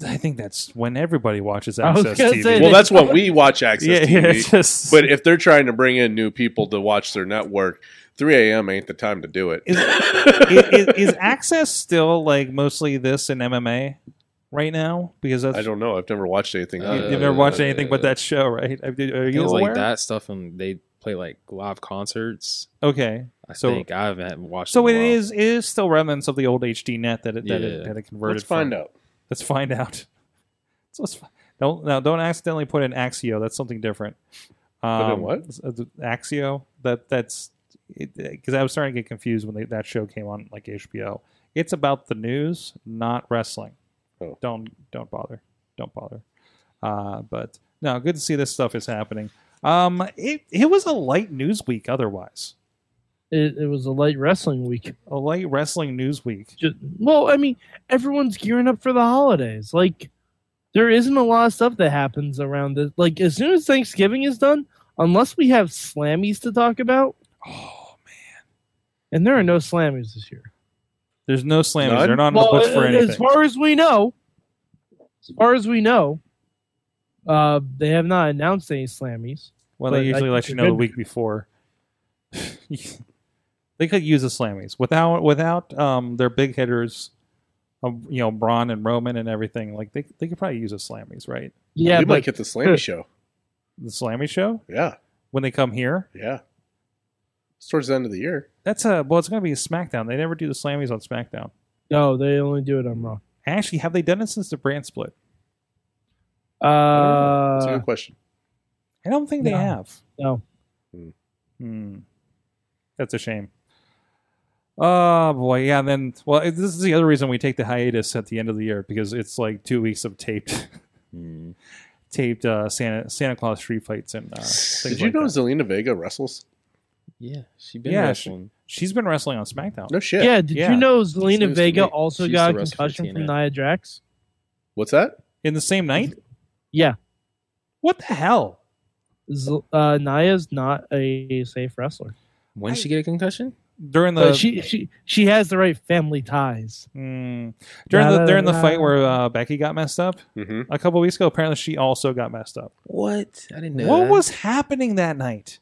Speaker 3: I think that's when everybody watches
Speaker 2: I was
Speaker 3: Access
Speaker 2: gonna
Speaker 3: TV.
Speaker 2: say
Speaker 4: Well, that's when we watch Access
Speaker 3: <laughs> yeah, yeah,
Speaker 4: TV. <laughs>
Speaker 3: it's just,
Speaker 4: But if they're trying to bring in new people to watch their network, 3 a.m. ain't the time to do it.
Speaker 3: Is- is, is, is Access still like mostly this and MMA right now? Because that's
Speaker 4: I don't know. I've never watched anything.
Speaker 3: you,
Speaker 4: on
Speaker 3: have
Speaker 4: it.
Speaker 3: never watched
Speaker 5: Uh,
Speaker 3: anything but that show, right? Are you are you
Speaker 5: Things
Speaker 3: aware?
Speaker 5: like that stuff, and they play like live concerts.
Speaker 3: Okay,
Speaker 5: I
Speaker 3: So-
Speaker 5: think I haven't watched.
Speaker 3: so
Speaker 5: in
Speaker 3: it
Speaker 5: a while.
Speaker 3: is it is still remnants of the old HD net that it that, it,
Speaker 5: Yeah.
Speaker 3: that it converted.
Speaker 4: Let's find
Speaker 3: from.
Speaker 4: out.
Speaker 3: Let's find out. So let's fi- don't now don't accidentally put in Axio. That's something different.
Speaker 4: in
Speaker 3: Um,
Speaker 4: what?
Speaker 3: s- uh, th- Axio. That that's because I was starting to get confused when they, that show came on like HBO. It's about the news, not wrestling.
Speaker 4: Oh.
Speaker 3: Don't don't bother. Don't bother. Uh, but no, good to see this stuff is happening. Um, it it was a light news week otherwise.
Speaker 2: It, it was a light wrestling week.
Speaker 3: A light wrestling news week.
Speaker 2: Just, well, I mean, everyone's gearing up for the holidays. Like, there isn't a lot of stuff that happens around this. Like, as soon as Thanksgiving is done, unless we have slammies to talk about,
Speaker 3: Oh, man.
Speaker 2: and there are no slammies this year.
Speaker 3: There's no slams.
Speaker 4: None?
Speaker 3: They're not on
Speaker 2: well, uh,
Speaker 3: the list for
Speaker 2: a-
Speaker 3: anything.
Speaker 2: as far as we know, as far as we know, uh, they have not announced any slammies.
Speaker 3: Well, they
Speaker 2: But I
Speaker 3: usually
Speaker 2: think
Speaker 3: let you
Speaker 2: they're
Speaker 3: know the
Speaker 2: good.
Speaker 3: week before. <laughs> they could use the slammies without without um, their big hitters, um, you know Braun and Roman and everything. Like they they could probably use the slammies, right?
Speaker 2: Yeah,
Speaker 4: we
Speaker 2: but
Speaker 4: might get
Speaker 3: <laughs>
Speaker 4: the Slammy show.
Speaker 3: The slammy show
Speaker 4: Yeah,
Speaker 3: when they come here.
Speaker 4: yeah. It's towards the end of the year.
Speaker 3: That's a well. It's going to be a SmackDown. They never do the slammies on SmackDown.
Speaker 2: no, they only do it on Raw.
Speaker 3: Actually, have they done it since the brand split?
Speaker 4: That's a
Speaker 2: Uh,
Speaker 4: good question.
Speaker 3: I don't think they
Speaker 2: No.
Speaker 3: have.
Speaker 2: No.
Speaker 4: Hmm.
Speaker 3: Hmm. That's a shame. Oh boy, yeah. And then, well, it- this is the other reason we take the hiatus at the end of the year because it's like two weeks of taped, <laughs> <sighs>
Speaker 5: Mm.
Speaker 3: taped uh, Santa Santa Claus street fights and uh, things
Speaker 4: Did you
Speaker 3: like
Speaker 4: know
Speaker 3: that.
Speaker 4: Zelina Vega wrestles?
Speaker 5: Yeah, she been
Speaker 3: Yeah, she-
Speaker 5: wrestling.
Speaker 3: she's been wrestling on SmackDown?
Speaker 4: No shit.
Speaker 2: yeah, did
Speaker 3: Yeah.
Speaker 2: you know
Speaker 5: She used
Speaker 2: Zelina
Speaker 5: to
Speaker 2: Vega
Speaker 5: be-
Speaker 2: also
Speaker 5: she used
Speaker 2: got a
Speaker 5: to wrestle for
Speaker 2: concussion from
Speaker 5: TNA.
Speaker 2: Nia Jax?
Speaker 4: What's that?
Speaker 3: In the same night?
Speaker 2: Yeah.
Speaker 3: What the hell?
Speaker 2: Z- uh, Nia's not a safe wrestler.
Speaker 5: When
Speaker 3: I-
Speaker 5: she get a concussion?
Speaker 3: During the
Speaker 2: But she she she has the right family ties.
Speaker 3: Hmm. during the during the fight
Speaker 2: Da-da-da-da.
Speaker 3: where uh, Becky got messed up
Speaker 4: Mm-hmm.
Speaker 3: a couple weeks ago, apparently she also got messed up.
Speaker 5: What? I didn't know.
Speaker 3: What
Speaker 5: that.
Speaker 3: was happening that night?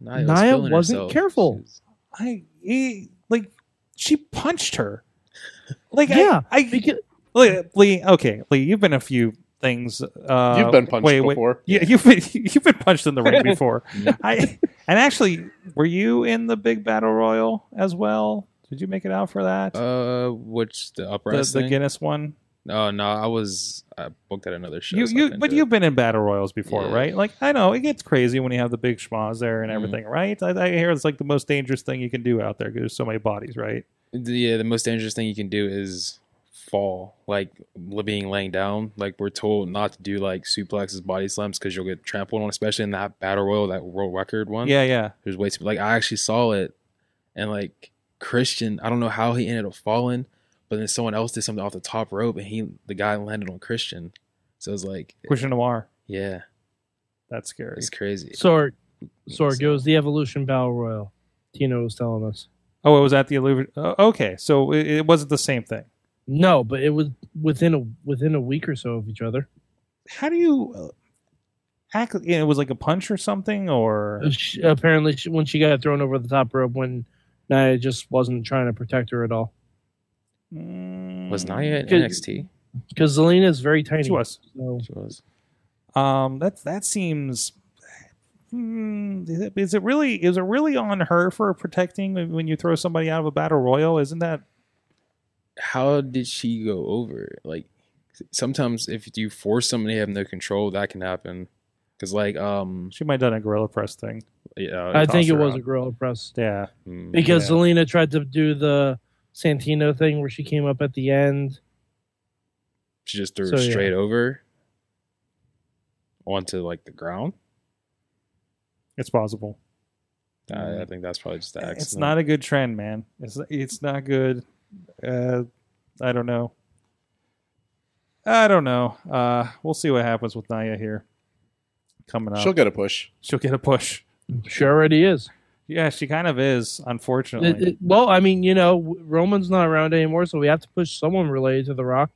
Speaker 5: Nia, was
Speaker 2: Nia
Speaker 5: feeling
Speaker 2: wasn't
Speaker 5: herself.
Speaker 2: careful.
Speaker 5: She was-
Speaker 3: I he, like she punched her. Like
Speaker 2: Yeah,
Speaker 3: I, I
Speaker 2: Because,
Speaker 3: Lee, Lee, okay, Lee, you've been a few things. Uh,
Speaker 4: You've been punched
Speaker 3: wait, wait.
Speaker 4: before.
Speaker 3: Yeah, you've been <laughs> you've been punched in the
Speaker 4: <laughs>
Speaker 3: ring before.
Speaker 5: Yeah.
Speaker 3: I and actually, were you in the big battle royal as well? Did you make it out for that?
Speaker 5: Uh, which the
Speaker 3: the,
Speaker 5: uprising?
Speaker 3: the Guinness one.
Speaker 5: Oh no, I was I booked at another show.
Speaker 3: You,
Speaker 5: so I
Speaker 3: you,
Speaker 5: couldn't
Speaker 3: but
Speaker 5: do
Speaker 3: you've been in battle royals before,
Speaker 5: Yeah.
Speaker 3: right? Like I know it gets crazy when you have the big schmas there and
Speaker 5: Mhm.
Speaker 3: everything, right? I, I hear it's like the most dangerous thing you can do out there because there's so many bodies, right?
Speaker 5: it. the yeah, the most dangerous thing you can do is fall, like li- being laying down. Like we're told not to do like suplexes, body slams, because you'll get trampled on, especially in that battle royal, that world record one.
Speaker 3: Yeah, yeah.
Speaker 5: There's way too like I actually saw it, and like Christian, I don't know how he ended up falling, but then someone else did something off the top rope, and he the guy landed on Christian. So it's like,
Speaker 3: Christian Noir.
Speaker 5: yeah,
Speaker 3: That's scary.
Speaker 5: it's crazy.
Speaker 2: Sorg, Sorg, it was the Evolution Battle Royal. Tino was telling us.
Speaker 3: Oh, it was at the illusion. Uh, okay, so it, it wasn't the same thing.
Speaker 2: No, but it was within a within a week or so of each other.
Speaker 3: How do you uh, act? It was like a punch or something, or
Speaker 2: She, apparently, she, when she got thrown over the top rope, when Nia just wasn't trying to protect her at all,
Speaker 5: Was
Speaker 3: Mm,
Speaker 5: Naya in
Speaker 2: Good.
Speaker 5: NXT?
Speaker 2: because Zelina is very tiny.
Speaker 3: She was.
Speaker 2: So
Speaker 5: She was.
Speaker 3: Um, that that seems. Hmm, is it- is it really is it really on her for protecting when when you throw somebody out of a battle royal? Isn't that
Speaker 5: how did she go over? Like sometimes if you force somebody to have no control, that can happen. Cause like um
Speaker 3: she might have done a gorilla press thing?
Speaker 5: yeah,
Speaker 2: I think
Speaker 5: tossed
Speaker 2: it
Speaker 5: her
Speaker 2: was a
Speaker 5: out.
Speaker 2: gorilla press
Speaker 3: Yeah,
Speaker 5: Mm.
Speaker 2: because
Speaker 3: Yeah.
Speaker 2: Zelina tried to do the Santino thing where she came up at the end.
Speaker 5: she just threw
Speaker 2: so,
Speaker 5: her
Speaker 2: yeah.
Speaker 5: straight over onto like the ground.
Speaker 3: it's possible.
Speaker 5: I, I think that's probably just the accident.
Speaker 3: Mm-hmm. It's not a good trend, man. It's it's not good. Uh, I don't know. I don't know. Uh, we'll see what happens with Naya here. Coming up,
Speaker 4: She'll
Speaker 3: she'll,
Speaker 4: get a push.
Speaker 3: get a push.
Speaker 2: She already is.
Speaker 3: Yeah, she kind of is. Unfortunately,
Speaker 2: It- it- well, I mean, you know, w- Roman's not around anymore, so we have to push someone related to The Rock.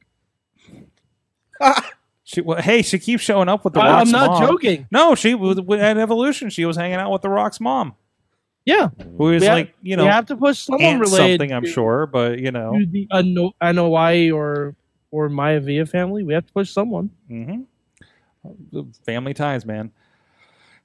Speaker 3: she. Well, hey, she keeps showing up with the.
Speaker 2: I,
Speaker 3: Rock's
Speaker 2: am not
Speaker 3: mom.
Speaker 2: joking.
Speaker 3: No, she was at Evolution. She was hanging out with the Rock's mom,
Speaker 2: Yeah,
Speaker 3: who is
Speaker 2: We have-
Speaker 3: like you know
Speaker 2: we have to push someone
Speaker 3: aunt
Speaker 2: related.
Speaker 3: something. I'm
Speaker 2: to-
Speaker 3: sure, but you know,
Speaker 2: to the Ano- Anoa'i or or Maya Villa family. We have to push someone.
Speaker 3: Mm-hmm. Family ties, man.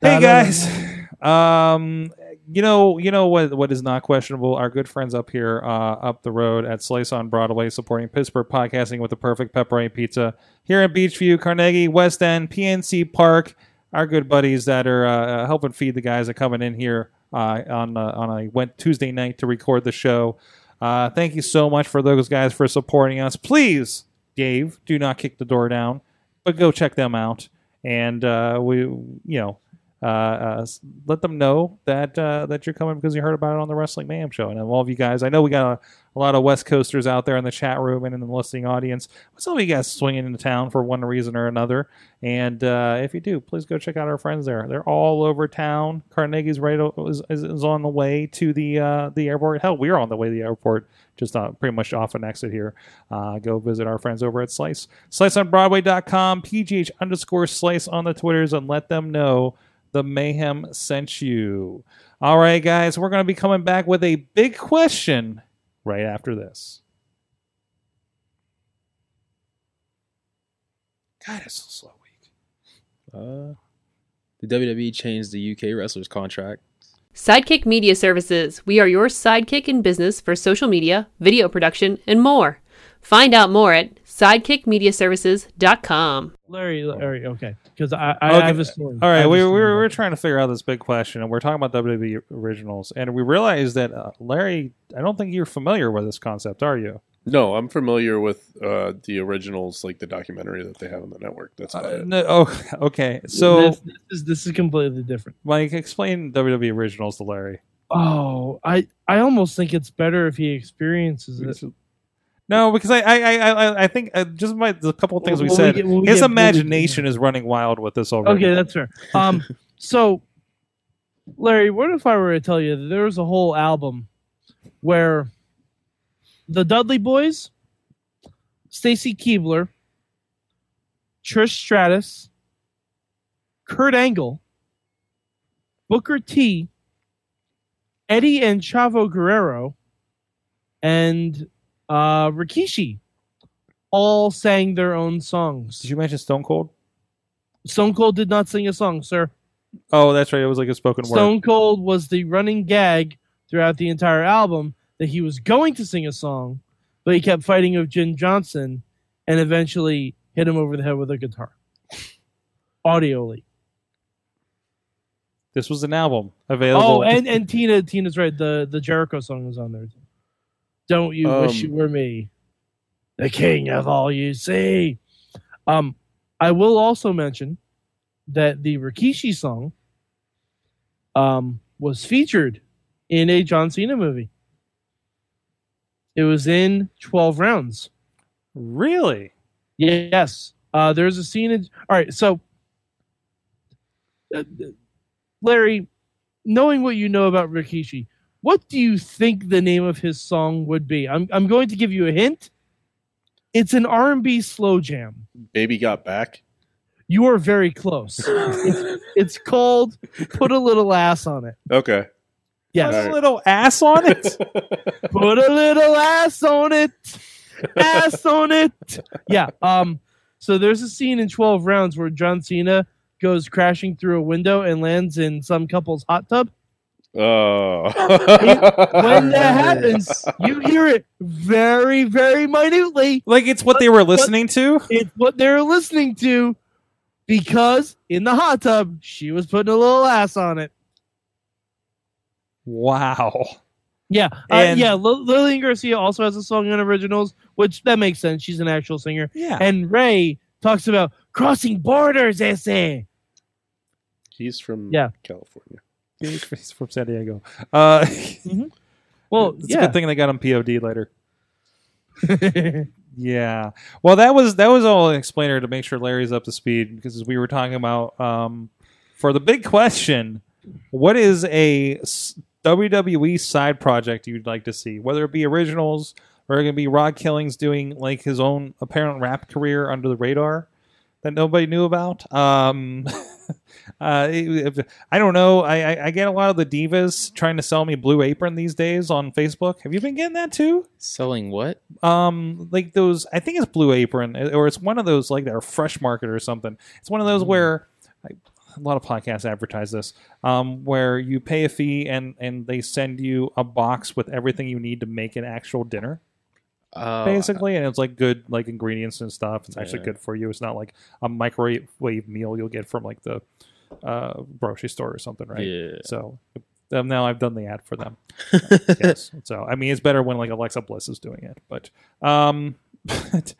Speaker 2: I
Speaker 3: Hey
Speaker 2: don't
Speaker 3: guys, um, you know, you know what what is not questionable. Our good friends up here, uh, up the road at Slice on Broadway, supporting Pittsburgh podcasting with the perfect pepperoni pizza here in Beachview, Carnegie, West End, PNC Park. Our good buddies that are uh, helping feed the guys that coming in here uh, on uh, on a went Tuesday night to record the show. Uh, thank you so much for those guys for supporting us. Please, Dave, do not kick the door down but go check them out and uh, we you know uh, uh, s- let them know that uh, that you're coming because you heard about it on the Wrestling Mayhem show. And of all of you guys, I know we got a, a lot of West Coasters out there in the chat room and in the listening audience. But some of you guys swinging into town for one reason or another. And uh, if you do, please go check out our friends there. They're all over town. Carnegie's right o- is, is, is on the way to the uh, the airport. Hell, we're on the way to the airport, just uh, pretty much off an exit here. Uh, go visit our friends over at Slice. SliceOnBroadway.com, PGH underscore Slice on the Twitters, and let them know the mayhem sent you. All right, guys, we're going to be coming back with a big question right after this. God, it's so slow week.
Speaker 5: uh, the WWE changed the UK wrestlers contract.
Speaker 6: Sidekick Media Services. We are your sidekick in business for social media, video production, and more. Find out more at sidekickmediaservices.com.
Speaker 2: Larry, Larry okay, because I, I
Speaker 3: Okay.
Speaker 2: have a story.
Speaker 3: All
Speaker 2: I
Speaker 3: right,
Speaker 2: have a
Speaker 3: we, we,
Speaker 2: story.
Speaker 3: were, we were trying to figure out this big question, and we're talking about WWE originals, and we realized that uh, Larry, I don't think you're familiar with this concept, are you?
Speaker 4: No, I'm familiar with uh, the originals, like the documentary that they have on the network. That's about
Speaker 3: Uh,
Speaker 4: it.
Speaker 3: no, oh, <laughs> okay. So,
Speaker 2: this, this is this is completely different.
Speaker 3: Mike, explain WWE originals to Larry.
Speaker 2: Oh, I I almost think it's better if he experiences it.
Speaker 3: No, because I I I, I- I think uh, just by the couple of things we
Speaker 2: When
Speaker 3: said,
Speaker 2: get- when we
Speaker 3: his
Speaker 2: get- when we-
Speaker 3: imagination is running wild with this already.
Speaker 2: Okay, that's fair.
Speaker 3: <laughs>
Speaker 2: Um, so, Larry, what if I were to tell you that there was a whole album where the Dudley Boys, Stacy Keebler, Trish Stratus, Kurt Angle, Booker T, Eddie and Chavo Guerrero, and uh, Rikishi all sang their own songs.
Speaker 3: Did you mention Stone Cold?
Speaker 2: Stone Cold did not sing a song, sir.
Speaker 3: Oh, that's right. It was like a spoken word.
Speaker 2: Stone Cold was the running gag throughout the entire album that he was going to sing a song, but he kept fighting with Jim Johnson and eventually hit him over the head with a guitar. Audio leak.
Speaker 3: This was an album available.
Speaker 2: Oh, and, and Tina Tina's right. The the Jericho song was on there. too. Don't you wish
Speaker 4: Um,
Speaker 2: you were me? The king of all you see. Um, I will also mention that the Rikishi song um, was featured in a John Cena movie. It was in 12 rounds.
Speaker 3: Really?
Speaker 2: Yes. Uh, there's a scene in. All right. So, uh, Larry, knowing what you know about Rikishi, what do you think the name of his song would be? I'm I'm going to give you a hint. It's an R&B slow jam.
Speaker 4: Baby got back.
Speaker 2: You are very close. it's, it's called "Put a Little Ass on It."
Speaker 4: Okay.
Speaker 2: Yes.
Speaker 3: Put a little ass on
Speaker 2: <laughs>
Speaker 3: it.
Speaker 2: put a little ass on it ass on it yeah um so there's a scene in 12 rounds where john cena goes crashing through a window and lands in some couple's hot tub
Speaker 4: <laughs> Oh.
Speaker 2: when that happens you hear it very very minutely
Speaker 3: like it's what they were listening to.
Speaker 2: it's what they're listening to because in the hot tub she was putting a little ass on it
Speaker 3: Wow.
Speaker 2: yeah uh,
Speaker 3: And-
Speaker 2: yeah Lil- lillian garcia also has a song on originals which that makes sense she's an actual singer
Speaker 3: Yeah.
Speaker 2: <laughs> and Ray talks about crossing borders essay.
Speaker 4: He's from
Speaker 2: Yeah.
Speaker 4: California.
Speaker 3: He's from San Diego. Uh, <laughs>
Speaker 2: Well,
Speaker 3: it's a
Speaker 2: yeah.
Speaker 3: good thing they got him POD later. Yeah. Well, that was that was all an explainer to make sure Larry's up to speed because as we were talking about um, for the big question, what is a s- WWE side project you'd like to see? Whether it be originals or going to be Rod Killings doing like his own apparent rap career under the radar that nobody knew about. Um, <laughs> uh, it- if- I don't know. I, I, I get a lot of the divas trying to sell me Blue Apron these days on Facebook. Have you been getting that too?
Speaker 5: Selling what?
Speaker 3: um like those i think it's blue apron uh, or it's one of those like that are fresh market or something it's one of those where I, a lot of podcasts advertise this um where you pay a fee and and they send you a box with everything you need to make an actual dinner
Speaker 5: Uh,
Speaker 3: basically and it's like good like ingredients and stuff it's actually
Speaker 5: Yeah.
Speaker 3: good for you it's not like a microwave meal you'll get from like the uh grocery store or something right
Speaker 5: Yeah.
Speaker 3: so um, now I've done the ad for them. yes. So I mean, it's better when like Alexa Bliss is doing it, but um, <laughs> but,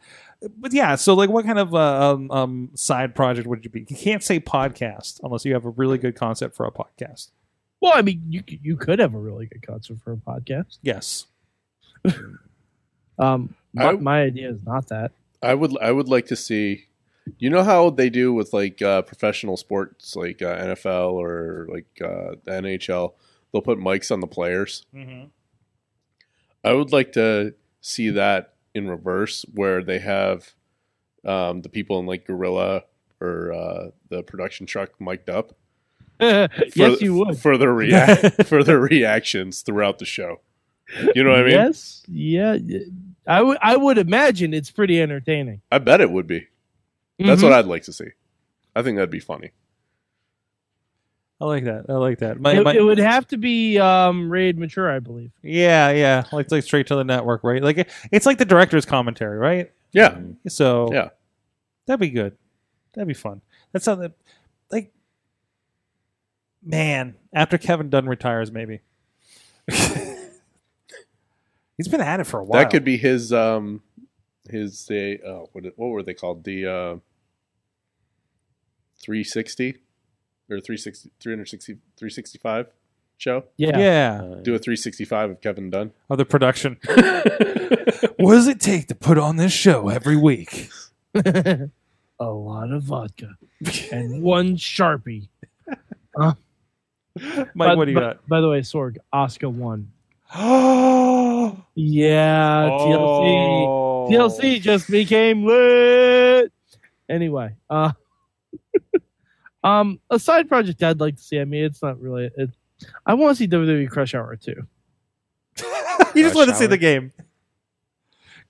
Speaker 3: but yeah. So like, what kind of uh, um, um side project would you be? You can't say podcast unless you have a really good concept for a podcast.
Speaker 2: <laughs> well, I mean, you c- you could have a really good concert for a podcast.
Speaker 3: Yes.
Speaker 2: Um, my,
Speaker 4: I-
Speaker 2: my idea is not that. <laughs>
Speaker 4: I would I would like to see you know how they do with like uh, professional sports like uh, NFL or like uh, the NHL they'll put mics on the players. I would like to see that in reverse where they have um, the people in like Gorilla or uh, the production truck mic'd up
Speaker 2: yes, you
Speaker 4: <laughs>
Speaker 2: would.
Speaker 4: for their
Speaker 2: <laughs>
Speaker 4: react for their reactions throughout the show. You know what I mean?
Speaker 2: Yes, yeah. y- I would. I would imagine it's pretty entertaining. Mm-hmm.
Speaker 4: I bet it would be. That's what I'd like to see. I think that'd be funny.
Speaker 3: I like that. I like that. My,
Speaker 2: it,
Speaker 3: my,
Speaker 2: it would have to be um, raid mature, I believe.
Speaker 3: yeah, yeah. Like, like straight to the network, right? Like it, it's like the director's commentary, right?
Speaker 4: Yeah.
Speaker 3: So
Speaker 4: Yeah.
Speaker 3: that'd be good. That'd be fun. That's how that like man after Kevin Dunn retires, maybe <laughs> he's been at it for a while.
Speaker 4: That could be his um his the uh, what what were they called the uh 360 or 360 360 365 show.
Speaker 3: yeah.
Speaker 2: Yeah.
Speaker 3: Uh,
Speaker 4: Do a 365 of Kevin Dunn.
Speaker 3: of the production. what does it take to put on this show every week?
Speaker 2: <laughs>
Speaker 3: <laughs>
Speaker 2: a lot of vodka and one sharpie.
Speaker 3: Mike,
Speaker 2: By-
Speaker 3: what do you
Speaker 2: by,
Speaker 3: got?
Speaker 2: By the way, Sorg, Oscar won. <gasps> Uh,
Speaker 3: oh,
Speaker 2: Yeah, TLC. TLC just became lit. Anyway, uh, <laughs> um, a side project I'd like to see. I mean, it's not really. It, I want to see WWE Crush Hour too.
Speaker 3: <laughs> you just
Speaker 5: Crush
Speaker 3: want to see
Speaker 5: Hour.
Speaker 3: the game.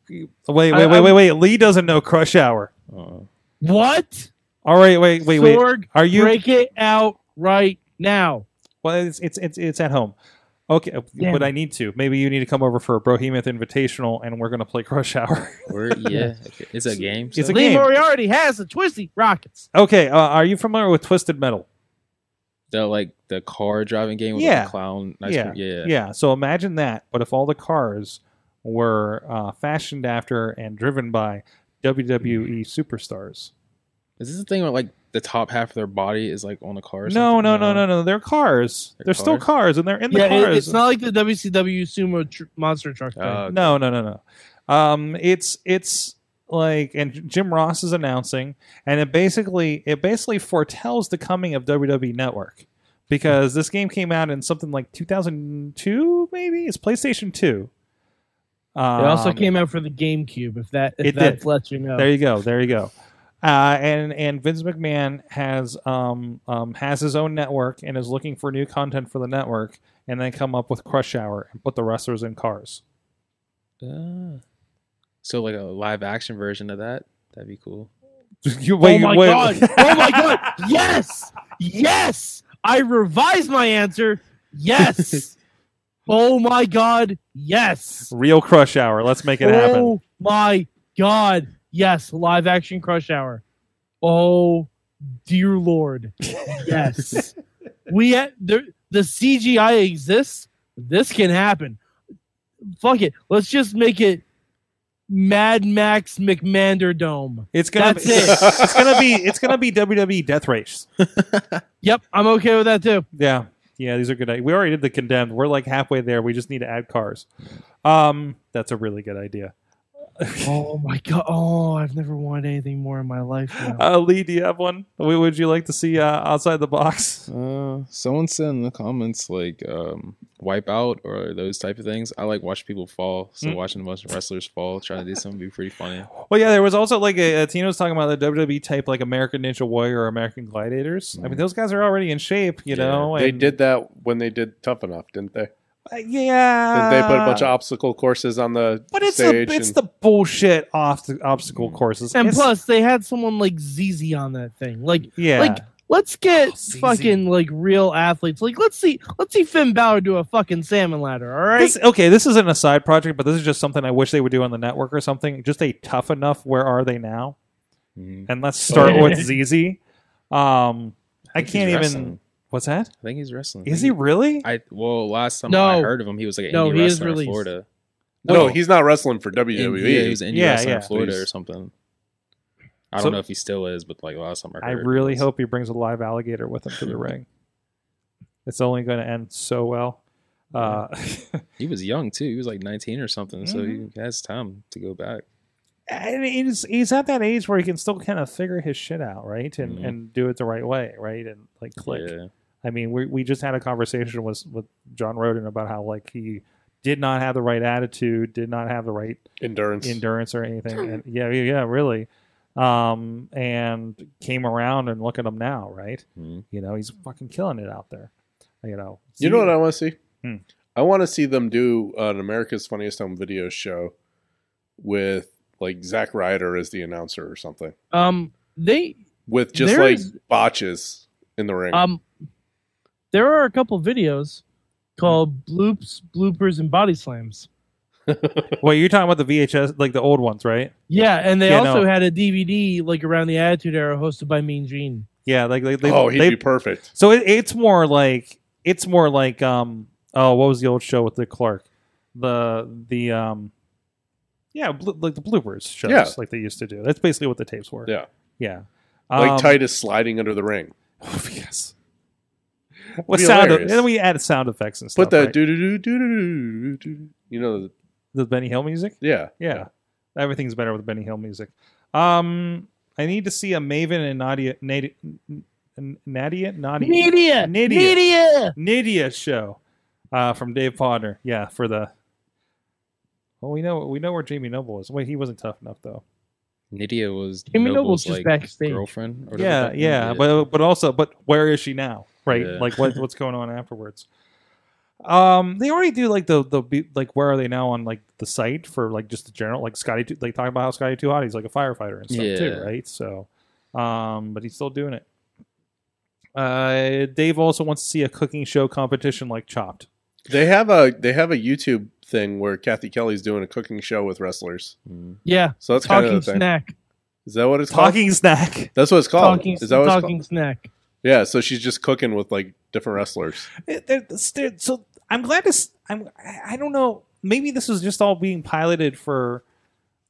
Speaker 3: Wait, wait,
Speaker 2: I-
Speaker 3: wait, wait, wait, wait. Lee doesn't know Crush Hour.
Speaker 5: uh,
Speaker 2: What?
Speaker 3: All right, wait, wait, wait.
Speaker 2: Sorg,
Speaker 3: Are you?
Speaker 2: break it out right now?
Speaker 3: Well, it's it's it's, it's at home. Okay,
Speaker 2: Damn
Speaker 3: but
Speaker 2: it.
Speaker 3: I need to. Maybe you need to come over for a Brohemoth Invitational, and we're gonna play Crush Hour. <laughs>
Speaker 5: or yeah, okay. it's a game.
Speaker 3: It's a
Speaker 2: Lee
Speaker 3: game.
Speaker 2: Moriarty has the twisty rockets.
Speaker 3: okay, uh, are you familiar with Twisted Metal?
Speaker 5: the like the car driving game with
Speaker 3: Yeah.
Speaker 5: the clown. Ice
Speaker 3: Yeah.
Speaker 5: cream. yeah,
Speaker 3: Yeah. So imagine that, but if all the cars were uh, fashioned after and driven by WWE superstars.
Speaker 5: Is this the thing where like the top half of their body is like on the car? or
Speaker 3: No,
Speaker 5: something?
Speaker 3: no, no, no, no. They're cars. They're,
Speaker 5: They're
Speaker 3: still cars, and they're in the
Speaker 2: yeah, it-
Speaker 3: cars.
Speaker 2: it's not like the WCW sumo tr- monster truck thing.
Speaker 5: Uh,
Speaker 3: no, no, no, no. Um, it's it's like and Jim Ross is announcing, and it basically it basically foretells the coming of WWE Network because this game came out in something like 2002, maybe it's PlayStation Two.
Speaker 2: it also
Speaker 3: Um,
Speaker 2: came out for the GameCube. If that if
Speaker 3: It
Speaker 2: that
Speaker 3: did.
Speaker 2: lets you know.
Speaker 3: There you go. There you go. Uh, and and Vince McMahon has um, um has his own network and is looking for new content for the network, and they come up with Crush Hour and put the wrestlers in cars. <laughs>
Speaker 5: Ah. so like a live action version of that. That'd be cool.
Speaker 3: You-
Speaker 2: oh
Speaker 3: wait,
Speaker 2: my
Speaker 3: wait.
Speaker 2: god! Oh my god! <laughs> Yes, yes! I revised my answer.
Speaker 3: <laughs>
Speaker 2: Yes. oh my god! Yes.
Speaker 3: Real crush hour. Let's make it happen.
Speaker 2: Oh my god! Yes, live action Crush Hour. Oh dear lord!
Speaker 3: <laughs>
Speaker 2: Yes, we ha- there, the CGI exists. This can happen. Fuck it. Let's just make it Mad Max McMander Dome.
Speaker 3: It's gonna
Speaker 2: That's
Speaker 3: be,
Speaker 2: it.
Speaker 3: <laughs> it's gonna be it's gonna be WWE Death Race.
Speaker 2: Yep, I'm okay with that too.
Speaker 3: Yeah. Yeah, these are good. i- We already did the condemned. We're like halfway there. We just need to add cars. Um, that's a really good idea.
Speaker 2: Oh my god! Oh, I've never wanted anything more in my life. now.
Speaker 3: Uh, Lee, do you have one? What would you like to see uh, outside the box?
Speaker 5: Uh, someone said in the comments like um, Wipeout or those type of things. I like watching people fall. So
Speaker 3: Mm.
Speaker 5: watching a bunch of wrestlers fall, trying to do something, would be pretty funny.
Speaker 3: Well, yeah, there was also like a, a Tino's talking about the WWE type, like American Ninja Warrior or American Gladiators. I mean, those guys are already in shape, you
Speaker 5: Yeah,
Speaker 3: know.
Speaker 4: <laughs> They
Speaker 3: and-
Speaker 4: did that when they did Tough Enough, didn't they?
Speaker 3: Uh, yeah.
Speaker 4: Didn't they put a bunch of obstacle courses on the
Speaker 3: But it's the
Speaker 4: stage?
Speaker 3: it's
Speaker 4: and-
Speaker 3: the bullshit off obstacle courses.
Speaker 2: and
Speaker 3: It's-
Speaker 2: plus, they had someone like ZZ on that thing. Like
Speaker 3: yeah, Oh,
Speaker 2: Like let's get
Speaker 3: ZZ.
Speaker 2: fucking like real athletes. Like let's see let's see Finn Balor do a fucking salmon ladder. All right.
Speaker 3: This- okay, this isn't a side project, but this is just something I wish they would do on the network or something. Just a tough enough. Where are they now?
Speaker 5: Mm.
Speaker 3: And let's start
Speaker 2: yeah.
Speaker 3: with ZZ. Um, I
Speaker 5: think he's
Speaker 3: can't even.
Speaker 5: wrestling.
Speaker 3: What's that?
Speaker 5: I think he's wrestling.
Speaker 3: Is he really?
Speaker 5: I well, last time
Speaker 2: No.
Speaker 5: I heard of him, he was like an
Speaker 2: No,
Speaker 5: indie
Speaker 2: he is
Speaker 5: wrestler in
Speaker 2: released.
Speaker 5: Florida.
Speaker 4: no, he's not wrestling for E. WWE.
Speaker 5: in, yeah, he was an indie
Speaker 3: Yeah,
Speaker 5: wrestler
Speaker 3: yeah.
Speaker 5: in Florida or
Speaker 4: Please.
Speaker 5: something. I
Speaker 3: So-
Speaker 5: don't know if he still is, but like last time I
Speaker 3: I
Speaker 5: heard, he
Speaker 3: really
Speaker 5: was.
Speaker 3: hope he brings a live alligator with him to the ring. It's only going to end so well. Uh, <laughs>
Speaker 5: he was young too. He was like 19 or something, so he
Speaker 3: Mm-hmm.
Speaker 5: has time to go back.
Speaker 3: and he's he's at that age where he can still kind of figure his shit out, right? And
Speaker 5: Mhm.
Speaker 3: and do it the right way, right? And like click.
Speaker 5: Yeah.
Speaker 3: I mean, we we just had a conversation with with John Roden about how like he did not have the right attitude, did not have the right
Speaker 4: endurance.
Speaker 3: endurance or anything. And yeah, yeah, yeah, really. Um, and came around and look at him now, right?
Speaker 5: Mhm.
Speaker 3: You know, he's fucking killing it out there. You know,
Speaker 4: You know what I want to see?
Speaker 3: Hmm.
Speaker 4: I want to see them do an America's Funniest Home Video show with like Zack Ryder as the announcer or something,
Speaker 2: Um they
Speaker 4: with just
Speaker 2: There
Speaker 4: like
Speaker 2: is-
Speaker 4: botches in the ring.
Speaker 2: um there are a couple videos called bloops, bloopers, and body slams.
Speaker 3: well, you're talking about the VHS, like the old ones, right?
Speaker 2: Yeah, and they
Speaker 3: Yeah,
Speaker 2: also
Speaker 3: no.
Speaker 2: had a DVD like around the Attitude Era hosted by Mean Gene.
Speaker 3: Yeah, like they, they,
Speaker 4: oh, he'd
Speaker 3: they-
Speaker 4: be perfect.
Speaker 3: so it, it's more like it's more like um oh what was the old show with the Clark the the um yeah bl- like the bloopers shows
Speaker 4: Yeah.
Speaker 3: like they used to do. That's basically what the tapes were.
Speaker 4: Yeah.
Speaker 3: yeah.
Speaker 4: Like
Speaker 3: Um,
Speaker 4: Titus sliding under the ring.
Speaker 3: <laughs> Oh, yes. What
Speaker 4: be
Speaker 3: sound?
Speaker 4: hilarious.
Speaker 3: and then we added sound effects and stuff.
Speaker 4: Put that
Speaker 3: right?
Speaker 4: doo doo doo doo doo doo doo. You know, the-
Speaker 3: the Benny Hill music.
Speaker 4: yeah,
Speaker 3: Yeah. everything's better with Benny Hill music. Um, I need to see a Maven and Nadia, Nadia, N- Nadia, Nadia,
Speaker 2: Media,
Speaker 3: Media.
Speaker 2: media.
Speaker 3: Nydia show uh, from Dave Potter. Yeah, for the. Well, we know we know where Jamie Noble is. Wait, he wasn't tough enough though.
Speaker 5: Nydia was
Speaker 2: Amy Noble's
Speaker 5: Noble's,
Speaker 2: just
Speaker 5: like
Speaker 2: backstage.
Speaker 5: girlfriend. Or whatever
Speaker 3: yeah,
Speaker 5: that
Speaker 3: yeah,
Speaker 5: name is.
Speaker 3: but but also, but where is she now? Right,
Speaker 5: Yeah.
Speaker 3: like what what's going on afterwards?
Speaker 5: <laughs>
Speaker 3: Um, they already do like the the be- like where are they now on like the site for like just the general like Scotty Too- like talking about how Scotty Too Hot he's like a firefighter and stuff too,
Speaker 5: Yeah.
Speaker 3: right? So, um, but he's still doing it. Uh, Dave also wants to see a cooking show competition like Chopped.
Speaker 4: they have a they have a YouTube thing where Kathy Kelly's doing a cooking show with wrestlers.
Speaker 5: Mm.
Speaker 2: Yeah,
Speaker 4: So that's kind of
Speaker 2: talking
Speaker 4: the thing.
Speaker 2: snack,
Speaker 4: Is that what it's called?
Speaker 3: Talking snack.
Speaker 4: That's what it's called.
Speaker 2: talking,
Speaker 4: Is that what it's
Speaker 2: talking
Speaker 4: called?
Speaker 2: snack.
Speaker 4: Yeah, so she's just cooking
Speaker 3: Eh,
Speaker 4: with like different wrestlers.
Speaker 3: It- they're- they're- so I'm glad to. s- I'm. I I don't know. maybe this is just all being piloted for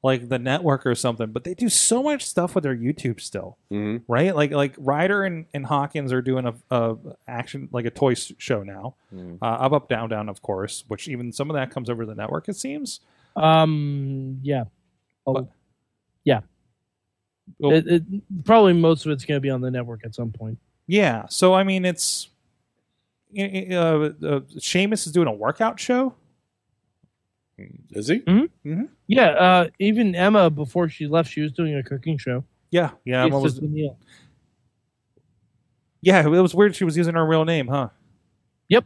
Speaker 3: like the network or something, but they do so much stuff with their YouTube still,
Speaker 4: Mhm.
Speaker 3: right? Like like Ryder and, and Hawkins are doing a, a action like a toy s- show now.
Speaker 5: Mm.
Speaker 3: Uh, up up down down of course, which even some of that comes over the network it seems.
Speaker 2: Um, yeah,
Speaker 3: Well,
Speaker 2: It- it- probably most of it's going to be on the network at some point.
Speaker 3: yeah, so I mean it's uh, uh, Seamus is doing a workout show.
Speaker 4: Is he?
Speaker 2: Yeah, uh, even Emma before she left, she was doing a cooking show.
Speaker 3: Yeah, yeah,
Speaker 2: It's
Speaker 3: what was-
Speaker 2: just a meal.
Speaker 3: yeah. It was weird. She was using her real name, huh?
Speaker 2: Yep.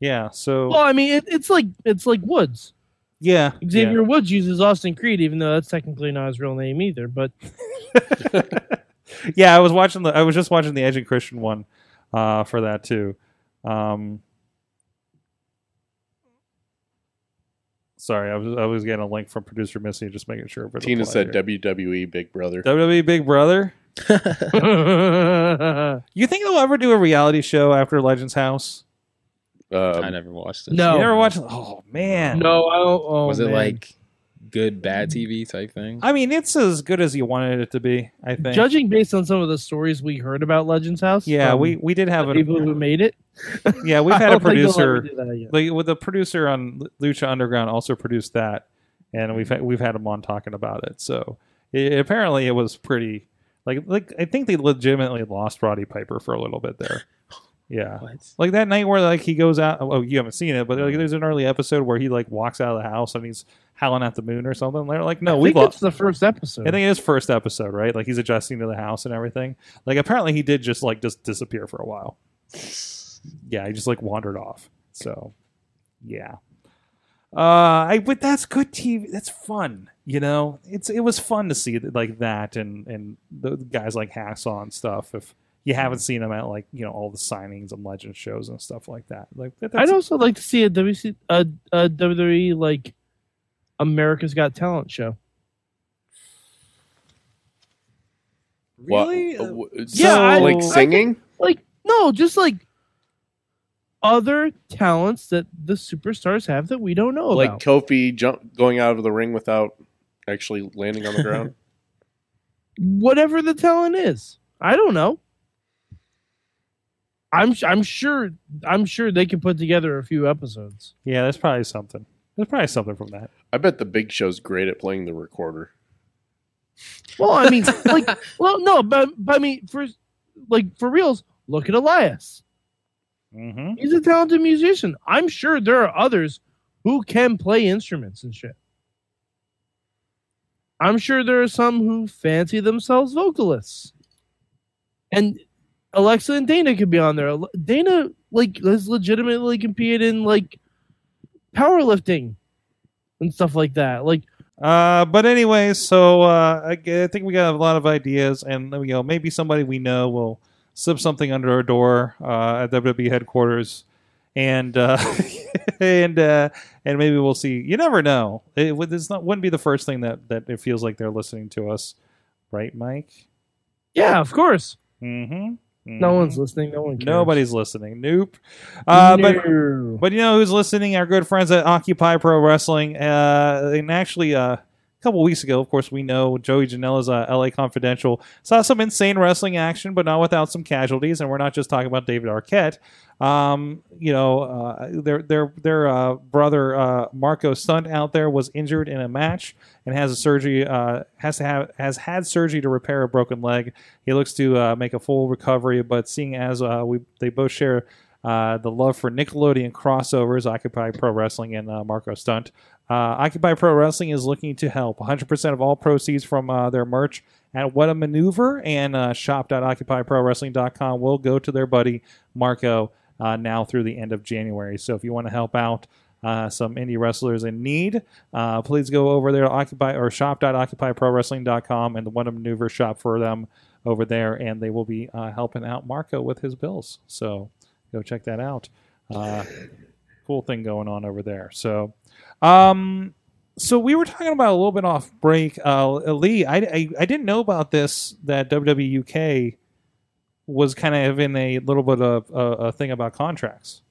Speaker 3: Yeah. So
Speaker 2: Well, I mean, it, it's like it's like Woods.
Speaker 3: yeah,
Speaker 2: Xavier Woods uses Austin Creed, even though that's technically not his real name either. But <laughs>
Speaker 3: yeah. <laughs> yeah. I was watching the. I was just watching the Edge and Christian one uh, for that too. Um, sorry, I was I was getting a link from producer Missy, just making sure. if it
Speaker 4: Tina
Speaker 3: applied
Speaker 4: said
Speaker 3: here.
Speaker 4: WWE Big Brother.
Speaker 3: WWE Big Brother.
Speaker 2: no,
Speaker 3: You think they'll ever do a reality show after Legends House?
Speaker 4: Um,
Speaker 5: I never watched it.
Speaker 2: No.
Speaker 3: You never watched? Oh man,
Speaker 2: I don't. Oh,
Speaker 5: was it
Speaker 2: man.
Speaker 5: like good bad TV type thing?
Speaker 3: I mean, it's as good as you wanted it to be. I think.
Speaker 2: judging based on some of the stories we heard about Legends House?
Speaker 3: yeah,
Speaker 2: from
Speaker 3: we we did have
Speaker 2: the
Speaker 3: a
Speaker 2: people who made it.
Speaker 3: yeah we've
Speaker 2: <laughs> I
Speaker 3: had a
Speaker 2: don't think they'll
Speaker 3: producer.
Speaker 2: ever do that again.
Speaker 3: like with the producer on L- Lucha Underground also produced that, and
Speaker 2: Mm-hmm.
Speaker 3: we've had, we've had him on talking about it. So it, apparently, it was pretty like like I think they legitimately lost Roddy Piper for a little bit
Speaker 2: <laughs>
Speaker 3: there. Yeah,
Speaker 5: What?
Speaker 3: like that night where like he goes out. Oh, you haven't seen it, but
Speaker 2: Mm.
Speaker 3: like, there's an early episode where he like walks out of the house and he's howling at the moon or something. They're like, no,
Speaker 2: I
Speaker 3: we
Speaker 2: think
Speaker 3: lost.
Speaker 2: that's the first episode.
Speaker 3: I think it is first episode, right? Like he's adjusting to the house and everything. Like apparently he did just like just disappear for a while. Yeah, he just like wandered off. So yeah. Uh I but that's good TV. That's fun. You know? It's it was fun to see th- like that and and the guys like Hacksaw and stuff if you haven't seen them at like, you know, all the signings and legend shows and stuff like that. Like that- that's
Speaker 2: I'd also like to see a WC a, a WWE like America's Got Talent show.
Speaker 4: wha-
Speaker 3: really
Speaker 4: uh,
Speaker 3: Uh,
Speaker 4: wha-
Speaker 2: Yeah,
Speaker 4: so,
Speaker 2: I- I
Speaker 4: like
Speaker 2: think-
Speaker 4: singing.
Speaker 2: Like no, just like other talents that the superstars have that we don't know
Speaker 4: like
Speaker 2: about.
Speaker 4: Kofi jump going out of the ring without actually landing on the
Speaker 5: <laughs>
Speaker 4: ground.
Speaker 2: Whatever the talent is, I don't know. I'm s- I'm sure I'm sure they can put together a few episodes.
Speaker 3: yeah, there's probably something. There's probably something from that.
Speaker 4: I bet the Big Show's great at playing the recorder.
Speaker 2: Well,
Speaker 3: <laughs>
Speaker 2: I mean, like, well, no, but, but I mean, for like for reals, look at Elias.
Speaker 3: Mhm.
Speaker 2: He's a talented musician. I'm sure there are others who can play instruments and shit. I'm sure there are some who fancy themselves vocalists. And Alexa and Dana could be on there. Ale- Dana like has legitimately competed in like powerlifting and stuff like that. Like
Speaker 3: Uh, but anyway, so uh, I, g- I think we got a lot of ideas, and you know, maybe somebody we know will slip something under our door uh, at WWE headquarters, and uh, <laughs> and uh, and maybe we'll see. You never know. It would it's not wouldn't be the first thing that that it feels like they're listening to us, right, Mike?
Speaker 2: yeah, of course.
Speaker 3: Mm-hmm.
Speaker 2: No one's listening. No one cares.
Speaker 3: nobody's listening. Nope. Uh, But
Speaker 2: No.
Speaker 3: but you know who's listening? Our good friends at Occupy Pro Wrestling. Uh, and actually, uh, a couple weeks ago, of course, we know Joey Janela's uh, LA Confidential saw some insane wrestling action, but not without some casualties. And we're not just talking about David Arquette. Um, you know, uh, their their their uh, brother uh, Marco Stunt out there was injured in a match and has a surgery uh, has to have has had surgery to repair a broken leg. He looks to uh, make a full recovery, but seeing as uh, we they both share uh, the love for Nickelodeon crossovers, Occupy Pro Wrestling and uh, Marco Stunt. Uh, Occupy Pro Wrestling is looking to help. 100% of all proceeds from uh, their merch at What a Maneuver and uh, shop.occupyprowrestling.com will go to their buddy Marco uh, now through the end of January. So if you want to help out uh, some indie wrestlers in need, uh, please go over there to Occupy or shop.occupyprowrestling.com and the What a Maneuver shop for them over there, and they will be uh, helping out Marco with his bills. So go check that out. Uh, cool thing going on over there. So, um, so we were talking about a little bit off break. Uh, Lee, I, I, I didn't know about this that WWE UK was kind of in a little bit of a, a thing about contracts.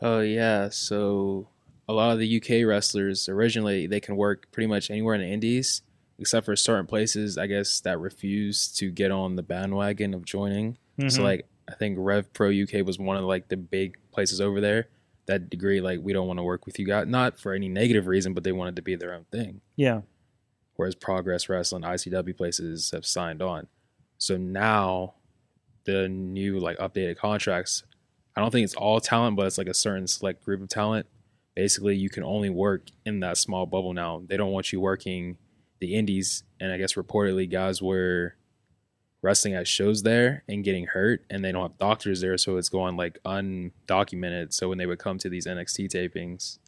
Speaker 5: Oh yeah, so a lot of the UK wrestlers originally they can work pretty much anywhere in the Indies, except for certain places, I guess, that refuse to get on the bandwagon of joining. So
Speaker 3: Mhm.
Speaker 5: like I think Rev Pro UK was one of like the big places over there that degree like we don't want to work with you guys not for any negative reason, but they wanted to be their own thing.
Speaker 3: yeah,
Speaker 5: Whereas Progress Wrestling, ICW places have signed on. So now the new like updated contracts, I don't think it's all talent, but it's like a certain select group of talent. Basically, you can only work in that small bubble now. They don't want you working the indies, and I guess reportedly guys were wrestling at shows there and getting hurt, and they don't have doctors there, so it's going like undocumented. So when they would come to these NXT tapings,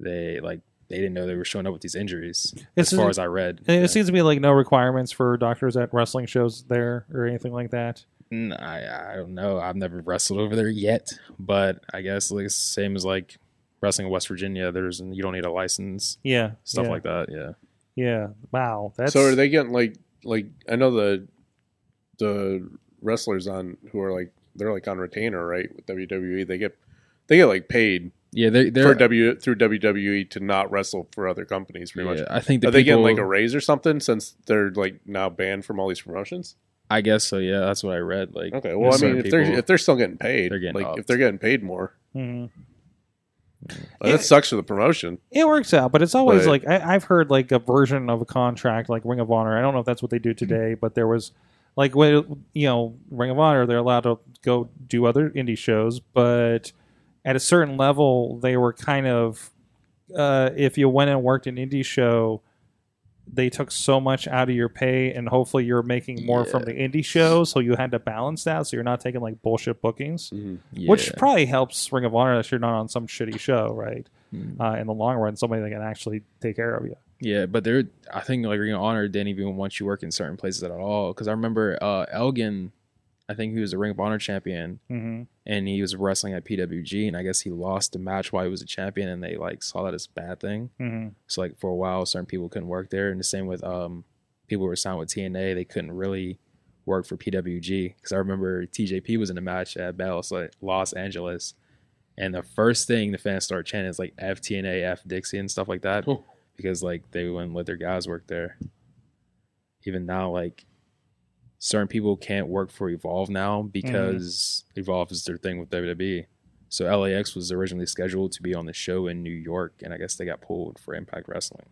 Speaker 5: they like they didn't know they were showing up with these injuries.
Speaker 3: It's-
Speaker 5: as far as I read,
Speaker 3: it seems to be like no requirements for doctors at wrestling shows there or anything like that.
Speaker 5: Mm, I, I don't know. I've never wrestled over there yet, but I guess like same as like wrestling in West Virginia, there's you don't need a license,
Speaker 3: Yeah,
Speaker 5: stuff
Speaker 3: yeah,
Speaker 5: like that. Yeah,
Speaker 3: yeah. Wow, that's
Speaker 4: So are they getting like like I know the the wrestlers on who are like they're like on retainer right with WWE they get they get like paid
Speaker 5: yeah. They're,
Speaker 4: for
Speaker 5: they're
Speaker 4: W through WWE to not wrestle for other companies pretty
Speaker 5: yeah,
Speaker 4: much.
Speaker 5: I think
Speaker 4: Are
Speaker 5: the
Speaker 4: they
Speaker 5: people.
Speaker 4: getting like a raise or something since they're like now banned from all these promotions?
Speaker 5: I guess so. Yeah, that's what I read. Like,
Speaker 4: Okay, well I
Speaker 5: there's
Speaker 4: mean
Speaker 5: certain
Speaker 4: if they're
Speaker 5: people-
Speaker 4: if they're still getting paid,
Speaker 5: They're getting
Speaker 4: like if
Speaker 5: upped.
Speaker 4: they're getting paid more,
Speaker 3: Mhm.
Speaker 4: uh, that sucks for the promotion.
Speaker 3: It works out, but it's always
Speaker 4: But-
Speaker 3: like I, I've heard like a version of a contract, like Ring of Honor. I don't know if that's what they do today, but there was like when you know Ring of Honor, they're allowed to go do other indie shows, but at a certain level, they were kind of uh, if you went and worked an indie show, they took so much out of your pay, and hopefully you're making more from the indie show, so you had to balance that, so you're not taking like bullshit bookings which
Speaker 5: yeah.
Speaker 3: probably helps Ring of Honor that you're not on some shitty show, right?
Speaker 5: Mm.
Speaker 3: Uh, in the long run, somebody that can actually take care of you.
Speaker 5: Yeah, but they're I think like Ring of Honor didn't even want you working certain places at all. Because I remember uh Elgin, I think he was a Ring of Honor champion,
Speaker 3: Mm-hmm.
Speaker 5: and he was wrestling at PWG, and I guess he lost the match while he was a champion, and they like saw that as a bad thing.
Speaker 3: Mm-hmm.
Speaker 5: So like for a while, certain people couldn't work there, and the same with um people who were signed with TNA, they couldn't really work for PWG because I remember TJP was in a match at Battle Sla- Los Angeles, and the first thing the fans start chanting is like F TNA, F Dixie, and stuff like that
Speaker 4: Oh.
Speaker 5: because like they wouldn't let their guys work there. Even now, like certain people can't work for Evolve now because Evolve is their thing with WWE. So LAX was originally scheduled to be on the show in New York, and I guess they got pulled for Impact Wrestling.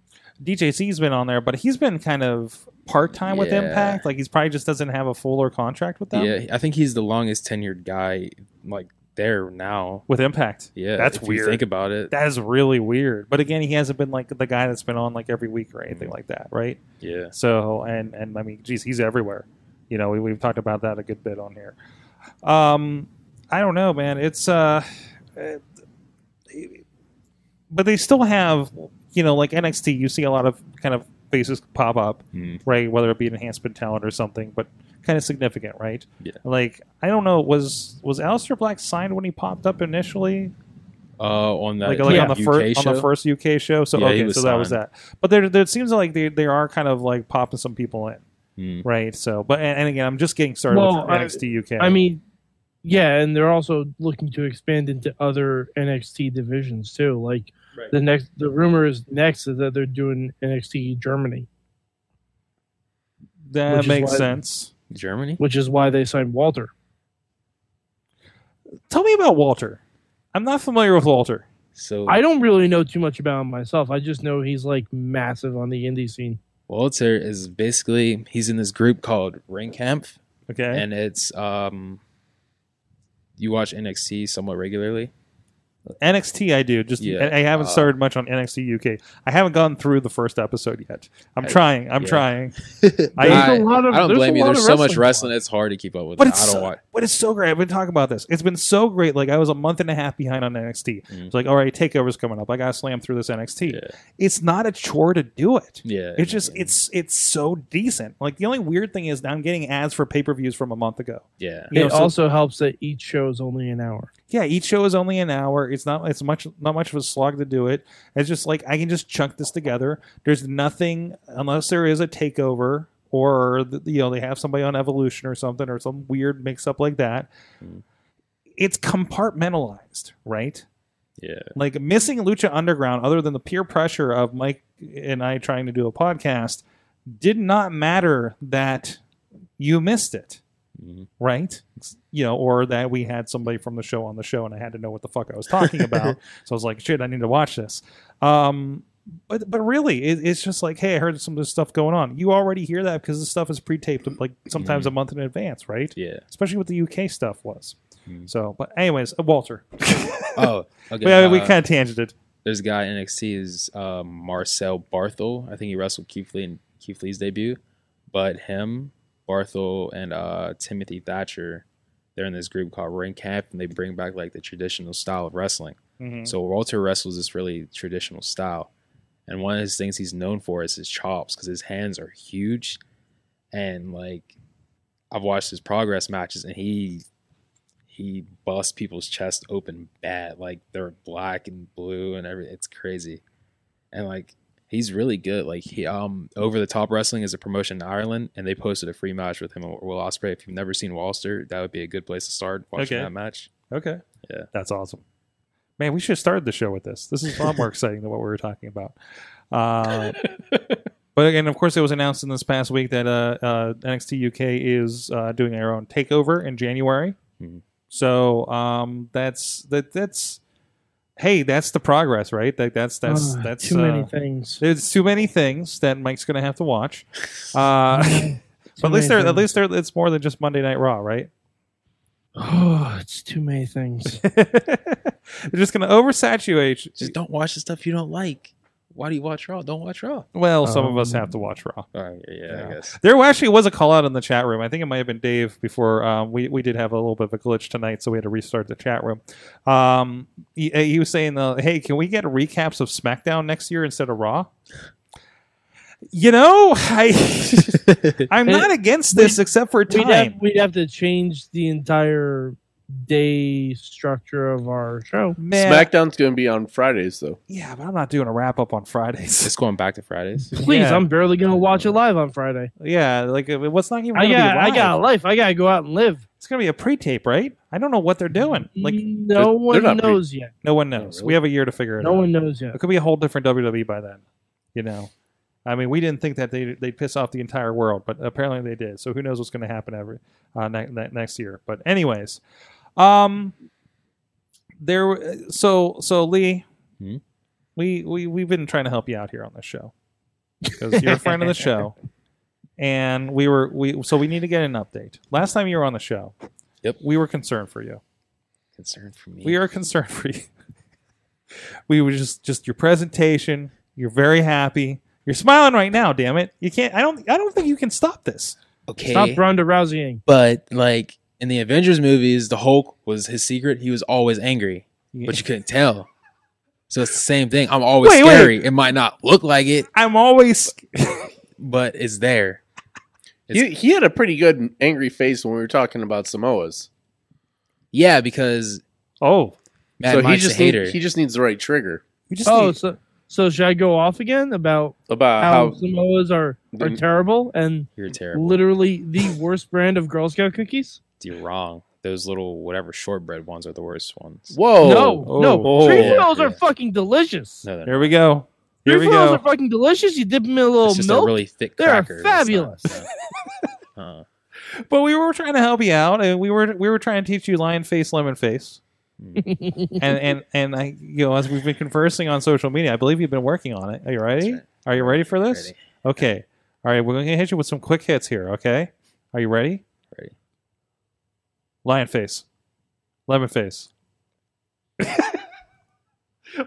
Speaker 3: DJC's been on there, but he's been kind of part time with
Speaker 5: Yeah.
Speaker 3: Impact. Like he's probably just doesn't have a fuller contract with them.
Speaker 5: Yeah, I think he's the longest tenured guy like there now.
Speaker 3: With Impact,
Speaker 5: Yeah,
Speaker 3: That's
Speaker 5: if
Speaker 3: weird.
Speaker 5: You think about it.
Speaker 3: that is really weird. But again, he hasn't been like the guy that's been on like every week or anything
Speaker 5: Mm-hmm.
Speaker 3: like that, right?
Speaker 5: yeah,
Speaker 3: So and and I mean, geez, he's everywhere. You know, we, we've talked about that a good bit on here. Um, I don't know, man. It's uh, eh, but they still have, you know, like NXT. You see a lot of kind of faces pop up,
Speaker 5: Mm.
Speaker 3: right? Whether it be enhancement talent or something, but kind of significant, right?
Speaker 5: Yeah.
Speaker 3: Like I don't know, was was Aleister Black signed when he popped up initially?
Speaker 5: uh, on that
Speaker 3: like, like on the
Speaker 5: UK
Speaker 3: first on the
Speaker 5: show?
Speaker 3: first UK show. So
Speaker 5: Yeah, he
Speaker 3: okay,
Speaker 5: was
Speaker 3: so that was
Speaker 5: signed.
Speaker 3: that. But there, there it seems like they they are kind of like popping some people in,
Speaker 5: Mm.
Speaker 3: right? So, but and, and again, I'm just getting started
Speaker 2: Well,
Speaker 3: with
Speaker 2: I-
Speaker 3: NXT UK.
Speaker 2: I mean, yeah, and they're also looking to expand into other NXT divisions too. Like the next, the rumor is next is that they're doing NXT Germany, which
Speaker 3: that
Speaker 2: is
Speaker 3: makes
Speaker 2: why-
Speaker 3: sense.
Speaker 5: Germany.
Speaker 2: which is why they signed Walter.
Speaker 3: Tell me about Walter. I'm not familiar with Walter.
Speaker 5: So
Speaker 2: I don't really know too much about him myself. I just know he's like massive on the indie scene.
Speaker 5: Walter is basically he's in this group called Ringkampf,
Speaker 3: Okay,
Speaker 5: and it's um, you watch NXT somewhat regularly.
Speaker 3: NXT I do. Just
Speaker 5: Yeah,
Speaker 3: I, I haven't
Speaker 5: uh,
Speaker 3: started much on NXT UK. I haven't gone through the first episode yet. I'm
Speaker 5: I-
Speaker 3: trying. I'm
Speaker 5: yeah. <laughs>
Speaker 3: trying.
Speaker 2: There's
Speaker 3: I,
Speaker 2: a lot of-
Speaker 5: I don't
Speaker 2: there's a
Speaker 5: blame you.
Speaker 2: lot
Speaker 5: There's
Speaker 2: of
Speaker 5: so much
Speaker 2: wrestling
Speaker 5: wrestling;
Speaker 2: going on.
Speaker 5: it's hard to keep up with.
Speaker 3: but
Speaker 5: it.
Speaker 3: it's
Speaker 5: I
Speaker 3: so,
Speaker 5: don't watch.
Speaker 3: but it's so great. I've been talking about this. It's been so great. Like I was a month and a half behind on NXT.
Speaker 5: Mhm.
Speaker 3: It's like all right, takeovers coming up. I gotta slam through this NXT.
Speaker 5: Yeah,
Speaker 3: it's not a chore to do it.
Speaker 5: yeah.
Speaker 3: It's just it's it's so decent. Like the only weird thing is now I'm getting ads for pay per views from a month ago.
Speaker 5: yeah.
Speaker 3: You know,
Speaker 2: it
Speaker 3: so-
Speaker 2: also helps that each show is only an hour.
Speaker 3: Yeah, each show is only an hour. It's not it's much not much of a slog to do it. It's just like I can just chunk this together. There's nothing unless there is a takeover or the, you know they have somebody on Evolution or something or some weird mix up like that. It's compartmentalized, right?
Speaker 5: Yeah.
Speaker 3: Like missing Lucha Underground, other than the peer pressure of Mike and I trying to do a podcast, did not matter that you missed it,
Speaker 5: Mhm.
Speaker 3: right? You know, or that we had somebody from the show on the show and I had to know what the fuck I was talking about. so I was like, shit, I need to watch this. Um, but but really, it, it's just like, hey, I heard some of this stuff going on. You already hear that because this stuff is pre-taped like sometimes a month in advance, right? <laughs>
Speaker 5: Yeah.
Speaker 3: Especially what the UK stuff was.
Speaker 5: Mhm.
Speaker 3: So, but anyways, uh, Walter.
Speaker 5: Oh, okay.
Speaker 3: we, we
Speaker 5: uh,
Speaker 3: kind of tangented.
Speaker 5: There's a guy in NXT is um, Marcel Barthel. I think he wrestled Keith Lee in Keith Lee's debut, but him, Barthel, and uh, Timothy Thatcher, they're in this group called Ring Camp, and they bring back like the traditional style of wrestling.
Speaker 3: Mm-hmm.
Speaker 5: So Walter wrestles this really traditional style, and one of his things he's known for is his chops because his hands are huge, and like I've watched his progress matches, and he he busts people's chest open bad, like they're black and blue and everything. It's crazy, and like he's really good. Like he um over the top wrestling is a promotion in Ireland, and they posted a free match with him and Will Osprey. If you've never seen Walster, that would be a good place to start watching
Speaker 3: Okay.
Speaker 5: that match.
Speaker 3: Okay.
Speaker 5: Yeah.
Speaker 3: That's awesome. Man, we should have started the show with this. This is a lot more exciting than what we were talking about. Uh, but again, of course, it was announced in this past week that uh, uh, NXT UK is uh, doing their own takeover in January.
Speaker 5: Mhm.
Speaker 3: So um, that's that that's hey, that's the progress, right? That that's that's
Speaker 2: Ah,
Speaker 3: that's
Speaker 2: too many
Speaker 3: uh,
Speaker 2: things.
Speaker 3: There's too many things that Mike's going to have to watch. <laughs> Uh, <laughs> but at least there, at least there, it's more than just Monday Night Raw, right? <laughs>
Speaker 2: Oh, <sighs> it's too many things.
Speaker 3: They're just going to oversaturate.
Speaker 5: Just don't watch the stuff you don't like. Why do you watch Raw? Don't watch Raw.
Speaker 3: Well, some of us
Speaker 2: Um,
Speaker 3: have to watch Raw.
Speaker 5: All right, yeah, yeah,
Speaker 3: Yeah.
Speaker 5: I guess.
Speaker 3: There actually was a call out in the chat room. I think it might have been Dave before um, we we did have a little bit of a glitch tonight, so we had to restart the chat room. Um, he, he was saying, uh, "Hey, can we get recaps of SmackDown next year instead of Raw?" You know, I <laughs>
Speaker 2: <laughs>
Speaker 3: I'm not against this except for
Speaker 2: we'd, have,
Speaker 3: time.
Speaker 2: we'd have to change the entire day structure of our show.
Speaker 3: Man,
Speaker 4: SmackDown's going to be on Fridays though.
Speaker 3: yeah, but I'm not doing a wrap up on Fridays.
Speaker 5: It's going back to Fridays.
Speaker 2: Please,
Speaker 3: Yeah.
Speaker 2: I'm barely gonna watch it live on Friday.
Speaker 3: <laughs> yeah, like uh, what's not even?
Speaker 2: I
Speaker 3: Gonna
Speaker 2: got,
Speaker 3: be
Speaker 2: I
Speaker 3: live?
Speaker 2: got a life. I gotta go out and live.
Speaker 3: It's gonna be a pre-tape, right? I don't know what they're doing.
Speaker 2: Mm-hmm.
Speaker 3: Like
Speaker 2: no
Speaker 4: they're
Speaker 2: one
Speaker 4: not pre-
Speaker 2: knows yet.
Speaker 3: no one knows.
Speaker 5: really?
Speaker 3: We have a year to figure it
Speaker 2: No
Speaker 3: out.
Speaker 2: one knows yet.
Speaker 3: It could be a whole different WWE by then. You know, I mean, we didn't think that they they'd piss off the entire world, but apparently they did. So who knows what's going to happen every uh, ne- ne- next year? But anyways, um, there. uh, So so Lee,
Speaker 5: Hmm?
Speaker 3: we we we've been trying to help you out here on this show <laughs> because you're a friend of the
Speaker 5: <laughs>
Speaker 3: show, and we were we so we need to get an update. Last time you were on the show,
Speaker 5: Yep.
Speaker 3: we were concerned for you.
Speaker 5: Concern for me.
Speaker 3: We are concerned for you. we were just just your presentation. You're very happy. You're smiling right now. Damn it! You can't. I don't. I don't think you can stop this.
Speaker 5: okay,
Speaker 2: Stop Ronda Rouseying.
Speaker 5: but like in the Avengers movies, the Hulk was his secret. He was always angry, but you couldn't tell. So it's the same thing. I'm always
Speaker 3: Wait, wait.
Speaker 5: scary. It might not look like it,
Speaker 3: I'm always.
Speaker 5: but it's there.
Speaker 4: He, he had a pretty good angry face when we were talking about Samoas.
Speaker 5: Yeah, because
Speaker 3: Oh,
Speaker 5: Mad
Speaker 4: so he
Speaker 5: Mike's
Speaker 4: just
Speaker 5: a hater.
Speaker 4: need- he just needs the right trigger
Speaker 3: we just.
Speaker 2: Oh,
Speaker 3: need-
Speaker 2: so so should I go off again about
Speaker 5: Uh,
Speaker 4: about
Speaker 2: how,
Speaker 4: how
Speaker 2: Samoas are, are
Speaker 4: Didn't-
Speaker 2: terrible and
Speaker 5: You're Mm-hmm. terrible.
Speaker 2: literally the worst brand of Girl Scout cookies?
Speaker 5: You're wrong. Those little whatever shortbread ones are the worst ones.
Speaker 4: whoa
Speaker 2: no,
Speaker 3: oh,
Speaker 2: no.
Speaker 4: oh.
Speaker 2: Trefoils
Speaker 5: Yeah,
Speaker 2: are
Speaker 5: yeah.
Speaker 2: fucking delicious.
Speaker 5: No, they're not.
Speaker 3: here we go. Here we
Speaker 2: Trefoils are
Speaker 3: go.
Speaker 2: fucking delicious. You dip them in a little
Speaker 5: It's just
Speaker 2: milk.
Speaker 5: a really thick
Speaker 2: Oh, They are
Speaker 5: cracker. It's not-
Speaker 2: fabulous. <laughs>
Speaker 5: no. Uh-uh.
Speaker 3: But we were trying to help you out, and we were we were trying to teach you lion face, lemon face. and and and I, you know, as we've been conversing on social media, I believe you've been working on it. Are you ready?
Speaker 5: That's right.
Speaker 3: Are you ready for this?
Speaker 5: Ready.
Speaker 3: Okay. All right, we're going to hit you with some quick hits here, okay? Are you ready?
Speaker 5: Ready.
Speaker 3: Lion face. Lemon face. <laughs> wait,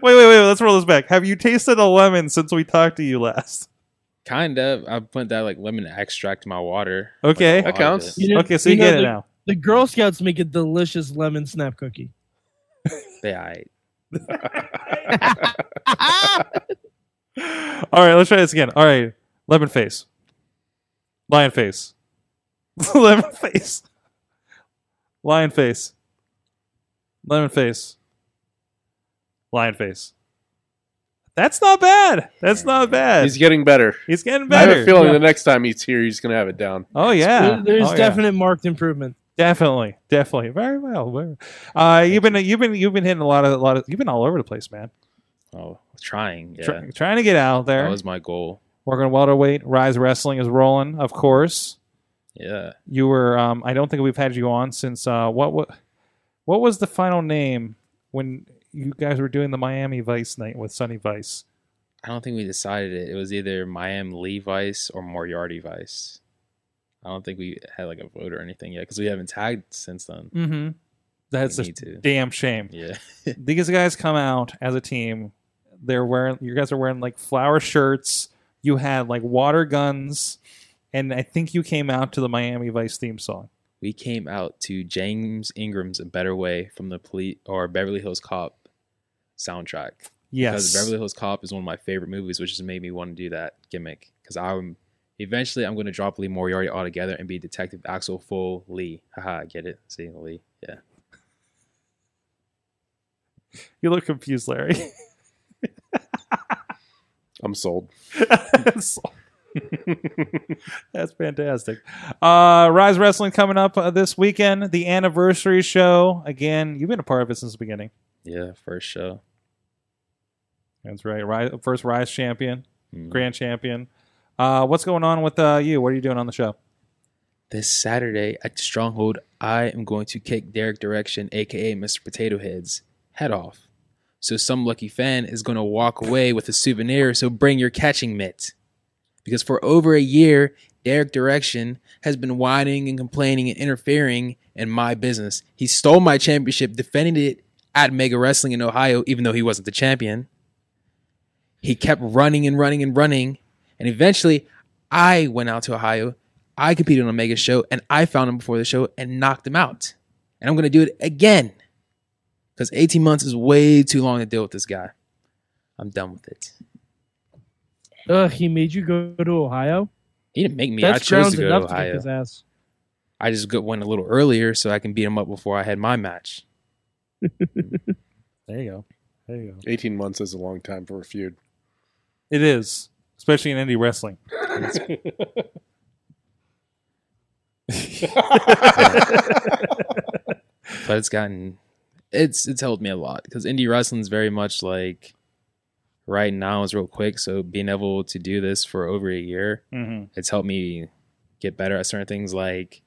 Speaker 3: wait, wait. Let's roll this back. Have you tasted a lemon since we talked to you last?
Speaker 5: Kind of. I put that like lemon extract in my water.
Speaker 3: Okay.
Speaker 5: Like, a
Speaker 4: That
Speaker 5: lot of
Speaker 4: counts.
Speaker 5: it.
Speaker 2: You know-
Speaker 3: okay, so you,
Speaker 2: know
Speaker 3: get
Speaker 2: the,
Speaker 3: it now.
Speaker 2: The Girl Scouts make a delicious lemon snap cookie.
Speaker 5: They aight.
Speaker 3: All right, let's try this again. All right. Lemon face. Lion face. <laughs> lemon face. Lion face. Lemon face. Lion face. That's not bad. That's not bad.
Speaker 4: he's
Speaker 3: He's,
Speaker 4: getting better
Speaker 3: getting
Speaker 4: i have
Speaker 3: better.
Speaker 4: a feeling
Speaker 2: Yeah.
Speaker 4: the next time he's here he's gonna have it down
Speaker 3: oh yeah.
Speaker 2: There- There's
Speaker 3: Oh, yeah.
Speaker 2: definite marked improvement.
Speaker 3: Definitely, definitely, very well. very- Uh, you've been you've been you've been hitting a lot of a lot of you've been all over the place, man.
Speaker 5: Oh, trying. Yeah.
Speaker 3: Try- trying to get out there.
Speaker 5: That was my goal.
Speaker 3: Working welterweight, Rise Wrestling is rolling, of course.
Speaker 5: Yeah.
Speaker 3: You were um, I don't think we've had you on since uh, what what what was the final name when you guys were doing the Miami Vice night with Sunny Vice?
Speaker 5: I don't think we decided it. It was either Miami Lee Vice or Moriarty Vice. I don't think we had like a vote or anything yet because we haven't tagged since then.
Speaker 3: Mm-hmm. That's
Speaker 5: we
Speaker 3: a
Speaker 5: need to.
Speaker 3: damn shame.
Speaker 5: Yeah.
Speaker 3: These guys come out as a team. They're wearing you guys are wearing like flower shirts. You had like water guns, and I think you came out to the Miami Vice theme song.
Speaker 5: we came out to James Ingram's "A Better Way" from the police or Beverly Hills Cop soundtrack.
Speaker 3: Yes,
Speaker 5: Beverly Hills Cop is one of my favorite movies, which has made me want to do that gimmick. Because I'm eventually I'm going to drop Lee Moriarty altogether and be Detective Axel Full Lee. Haha, get it? See Lee? Yeah.
Speaker 3: you look confused, Larry.
Speaker 4: I'm sold.
Speaker 3: That's <laughs> that's fantastic. Uh, Rise Wrestling coming up uh, this weekend. The anniversary show again. You've been a part of it since the beginning.
Speaker 5: Yeah. First show.
Speaker 3: That's right. Rise, first Rise champion,
Speaker 5: Mm.
Speaker 3: grand champion. Uh, what's going on with uh, you? What are you doing on the show?
Speaker 5: This Saturday at Stronghold, I am going to kick Derek Direction, aka Mr. Potato Head's, head off. So some lucky fan is going to walk away with a souvenir, so bring your catching mitt. Because for over a year, Derek Direction has been whining and complaining and interfering in my business. He stole my championship, defended it at Mega Wrestling in Ohio, even though he wasn't the champion. He kept running and running and running, and eventually I went out to Ohio. I competed on a mega show and I found him before the show and knocked him out. And I'm going to do it again because 18 months is way too long to deal with this guy. I'm done with it.
Speaker 2: Ugh, he made you go to Ohio.
Speaker 5: He didn't make me. I
Speaker 2: That's grounds
Speaker 5: chose to go
Speaker 2: enough
Speaker 5: to
Speaker 2: to kick
Speaker 5: Ohio.
Speaker 2: his ass.
Speaker 5: I just go- went a little earlier so I can beat him up before I had my match.
Speaker 3: There you go. There you go.
Speaker 4: 18 months is a long time for a feud. <laughs>
Speaker 3: It is, especially in indie wrestling.
Speaker 5: But it's gotten, it's it's helped me a lot because indie wrestling is very much like right now is real quick. So being able to do this for over a year
Speaker 3: Mm-hmm.
Speaker 5: it's helped me get better at certain things like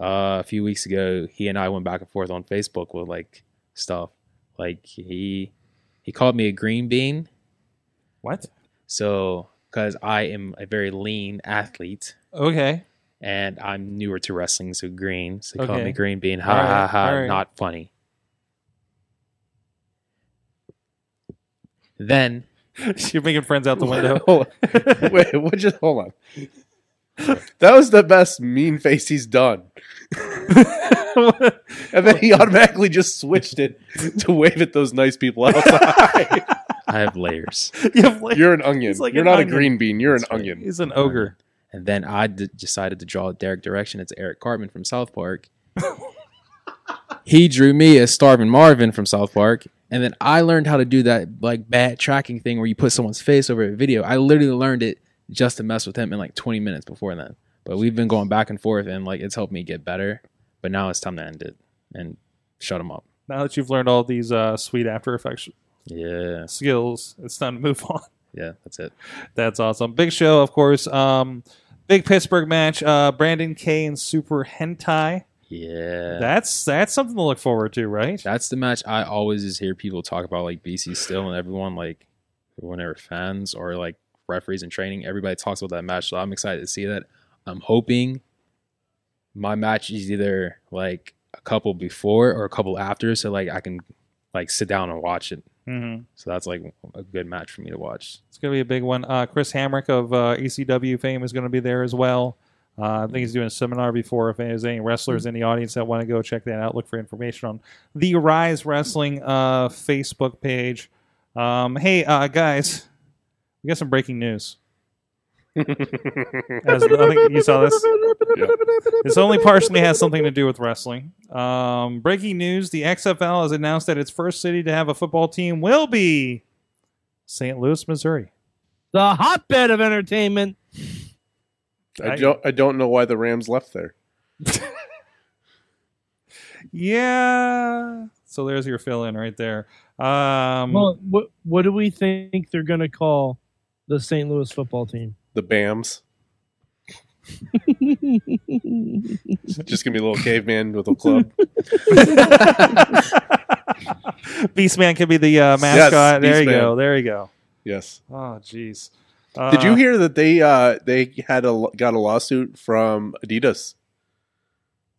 Speaker 5: uh, a few weeks ago he and i went back and forth on facebook with like stuff like he he called me a green bean
Speaker 3: What?
Speaker 5: so because i am a very lean athlete
Speaker 3: Okay. <laughs>
Speaker 5: and i'm newer to wrestling so green so he called
Speaker 3: Okay.
Speaker 5: me green bean ha
Speaker 3: All right,
Speaker 5: ha ha
Speaker 3: all right.
Speaker 5: not funny then
Speaker 3: You're making friends out the <laughs> window.
Speaker 4: Hold on. Wait, what just hold on. That was the best mean face he's done. and then he automatically just switched it to wave at those nice people outside.
Speaker 5: i have layers
Speaker 3: You have <laughs> like-
Speaker 4: you're an onion.
Speaker 3: He's like
Speaker 4: you're
Speaker 3: an
Speaker 4: not
Speaker 3: onion.
Speaker 4: a green bean. You're an
Speaker 5: That's right.
Speaker 4: onion.
Speaker 3: He's an ogre.
Speaker 5: And then I d- decided to draw Derek Direction. It's Eric Cartman from South <laughs> Park. he drew me as Starvin Marvin from South Park. And then I learned how to do that like bad tracking thing where you put someone's face over a video. I literally learned it just to mess with him in like 20 minutes before then. But we've been going back and forth and like it's helped me get better. But now it's time to end it and shut him up.
Speaker 3: Now that you've learned all these uh, sweet After Effects
Speaker 5: Yeah.
Speaker 3: skills, it's time to move <laughs> on.
Speaker 5: Yeah, that's it.
Speaker 3: That's awesome. Big show, of course. Um, big Pittsburgh match. Uh, Brandon K and Super Hentai.
Speaker 5: Yeah.
Speaker 3: That's that's something to look forward to, right?
Speaker 5: That's the match I always just hear people talk about, like BC still, and everyone like whenever fans or like referees in training, everybody talks about that match. So I'm excited to see that. I'm hoping my match is either like a couple before or a couple after, so like I can like sit down and watch it.
Speaker 3: Mm-hmm.
Speaker 5: So that's like a good match for me to watch.
Speaker 3: It's gonna be a big one. Uh, Chris Hamrick of uh, ECW fame is gonna be there as well. Uh, I think he's doing a seminar before. If there's any wrestlers in the audience that want to go check that out, look for information on the Rise Wrestling uh, Facebook page. Um, hey uh, guys, we got some breaking news. <laughs>
Speaker 4: <laughs>
Speaker 3: As- I think you
Speaker 2: <laughs>
Speaker 3: saw this. This only partially has something to do with wrestling. Um, breaking news: The XFL has announced that its first city to have a football team will be St. Louis, Missouri.
Speaker 2: The hotbed of entertainment.
Speaker 4: I don't I don't know why the Rams left there.
Speaker 3: Yeah. So there's your fill in right there. Um, <laughs>
Speaker 2: Well, what what do we think they're going to call the St. Louis
Speaker 3: <laughs>
Speaker 2: football team?
Speaker 4: The Bams. Just gonna be a little caveman with a club.
Speaker 3: Beastman could be the uh, mascot. there you
Speaker 4: Beastman.
Speaker 3: go. There you go.
Speaker 4: yes.
Speaker 3: Oh, jeez. Uh,
Speaker 4: Did you hear that they uh they had a lo- got a lawsuit from Adidas?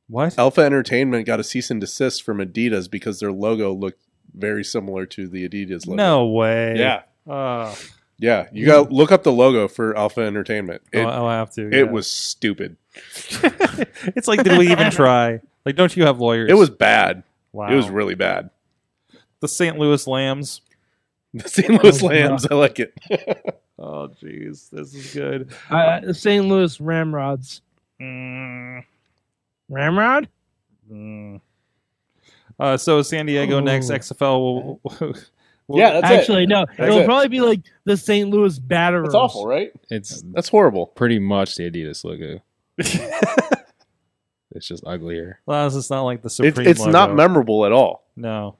Speaker 3: what?
Speaker 4: Alpha Entertainment got a cease and desist from Adidas because their logo looked very similar to the Adidas logo.
Speaker 3: No way.
Speaker 4: Yeah.
Speaker 3: Oh,
Speaker 4: Yeah. You got look up the logo for Alpha Entertainment. It,
Speaker 3: I'll, I'll have to. yeah.
Speaker 4: it was stupid.
Speaker 3: <laughs> it's like, did we even try? Like, don't you have lawyers?
Speaker 4: It was bad.
Speaker 3: Wow.
Speaker 4: It was really bad. <laughs>
Speaker 3: the St. Louis Lambs.
Speaker 4: The St. Louis
Speaker 2: Oh, wow.
Speaker 4: Lambs. I like it.
Speaker 3: Oh, jeez, this is good.
Speaker 2: Uh, the St. Louis Ramrods.
Speaker 3: Mm,
Speaker 2: Ramrod?
Speaker 3: mm. Uh, so San Diego
Speaker 2: Ooh.
Speaker 3: next XFL will. <laughs> will-
Speaker 4: Yeah, that's it.
Speaker 2: Actually, no.
Speaker 4: That's
Speaker 2: It'll
Speaker 4: it.
Speaker 2: probably be like the St. Louis Batterers.
Speaker 4: That's awful, right?
Speaker 5: It's
Speaker 4: That's horrible.
Speaker 5: pretty much the Adidas logo. it's just uglier.
Speaker 3: well, it's not like the Supreme.
Speaker 4: It, it's not
Speaker 3: logo.
Speaker 4: memorable at all.
Speaker 3: No,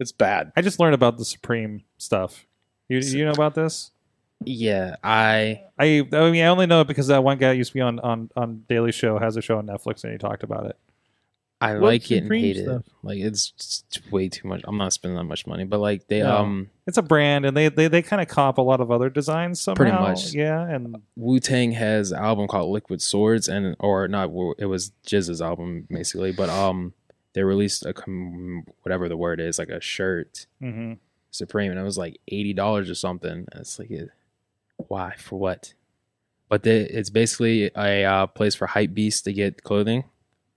Speaker 4: It's bad.
Speaker 3: I just learned about the Supreme stuff. You you know about this?
Speaker 5: Yeah, I
Speaker 3: I I mean I only know it because that one guy that used to be on on on Daily Show has a show on Netflix and he talked about it.
Speaker 5: I
Speaker 2: What
Speaker 5: like it and
Speaker 2: Supreme
Speaker 5: hate
Speaker 2: stuff?
Speaker 5: it. Like it's just way too much. I'm not spending that much money, but like they
Speaker 3: No.
Speaker 5: um
Speaker 3: It's a brand and they they, they kind of cop a lot of other designs somehow.
Speaker 5: Pretty much.
Speaker 3: yeah. And
Speaker 5: Wu Tang has an album called Liquid Swords, and or not, Wu- it was Jizz's album basically, but um, they released a com- whatever the word is, like a shirt
Speaker 3: hmm
Speaker 5: Supreme, and it was like eighty dollars or something. And it's like, it- why for what? But they, it's basically a uh, place for hype beasts to get clothing,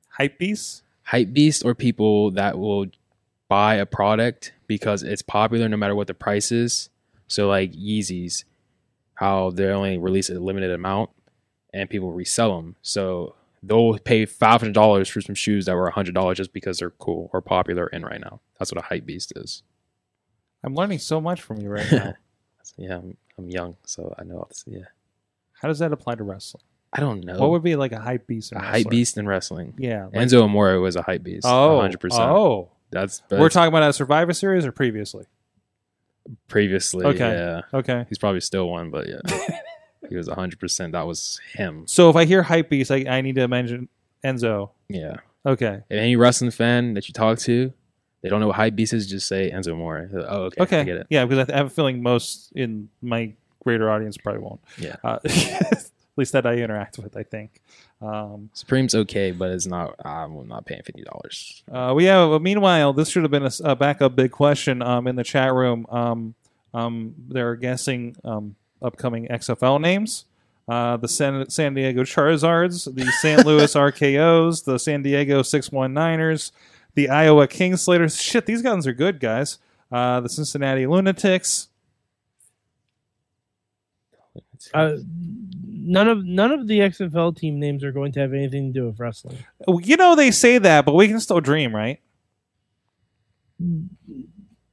Speaker 3: hype beast.
Speaker 5: hype beasts or people that will buy a product because it's popular no matter what the price is. So like Yeezys, how they only release a limited amount and people resell them. So they'll pay five hundred dollars for some shoes that were hundred dollars just because they're cool or popular in right now. That's what a hype beast
Speaker 3: <laughs>
Speaker 5: is.
Speaker 3: I'm learning so much from you right
Speaker 5: <laughs>
Speaker 3: now.
Speaker 5: Yeah, I'm, I'm young, so I know. It's, yeah,
Speaker 3: How does that apply to wrestling?
Speaker 5: I don't know.
Speaker 3: What would be like a hype beast? in
Speaker 5: Oh. a hype
Speaker 3: wrestling?
Speaker 5: beast in wrestling?
Speaker 3: Yeah. like-
Speaker 5: Enzo Amore was a hype beast.
Speaker 3: oh.
Speaker 5: 100%.
Speaker 3: Oh.
Speaker 5: That's,
Speaker 3: We're talking about a Survivor Series or previously?
Speaker 5: previously.
Speaker 3: Okay.
Speaker 5: Yeah.
Speaker 3: Okay.
Speaker 5: He's probably still one, but yeah. he was 100%. That was him.
Speaker 3: So if I hear hype beast, I, I need to mention Enzo.
Speaker 5: Yeah.
Speaker 3: Okay.
Speaker 5: If any wrestling fan that you talk to, they don't know what hype beast is, just say Enzo Amore. They're like, Oh, okay.
Speaker 3: Okay.
Speaker 5: I get it.
Speaker 3: Yeah, because I, th- I have a feeling most in my greater audience probably won't.
Speaker 5: Yeah.
Speaker 3: Uh, <laughs> at least that I interact with, I think. Um,
Speaker 5: Supreme's okay, but it's not, I'm not paying $50.
Speaker 3: uh, we have. meanwhile, this should have been a, s- a backup big question um, in the chat room. Um, um, they're guessing um, upcoming XFL names. Uh, the San, San Diego Charizards, the St. <laughs> Louis RKOs, the San Diego 619ers, the Iowa Kingslaters. Shit, these guns are good, guys. Uh, the Cincinnati Lunatics.
Speaker 2: Uh, none of none of the XFL team names are going to have anything to do with wrestling.
Speaker 3: You know they say that, but we can still dream, right? <laughs>